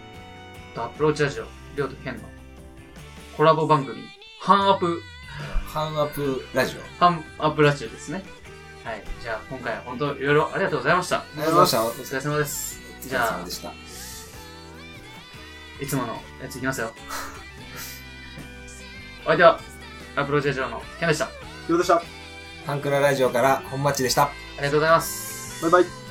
とアプローチラジオ、りょうとけんのコラボ番組、ハンアップ
ハンアップラジオ。
ハンアップラジオですね。はい。じゃあ、今回は本当いろいろありがとうございました。
ありがとうございま
お
し
疲れ様です。
た。
じゃあ
お疲れ様で、した。
いつものやついきますよ。お相手は、アプローチラジオのケンでした。あ [LAUGHS]
あの、ようでした。
ハンクララジオから本町でした。
りがとうございます。
バイバイ。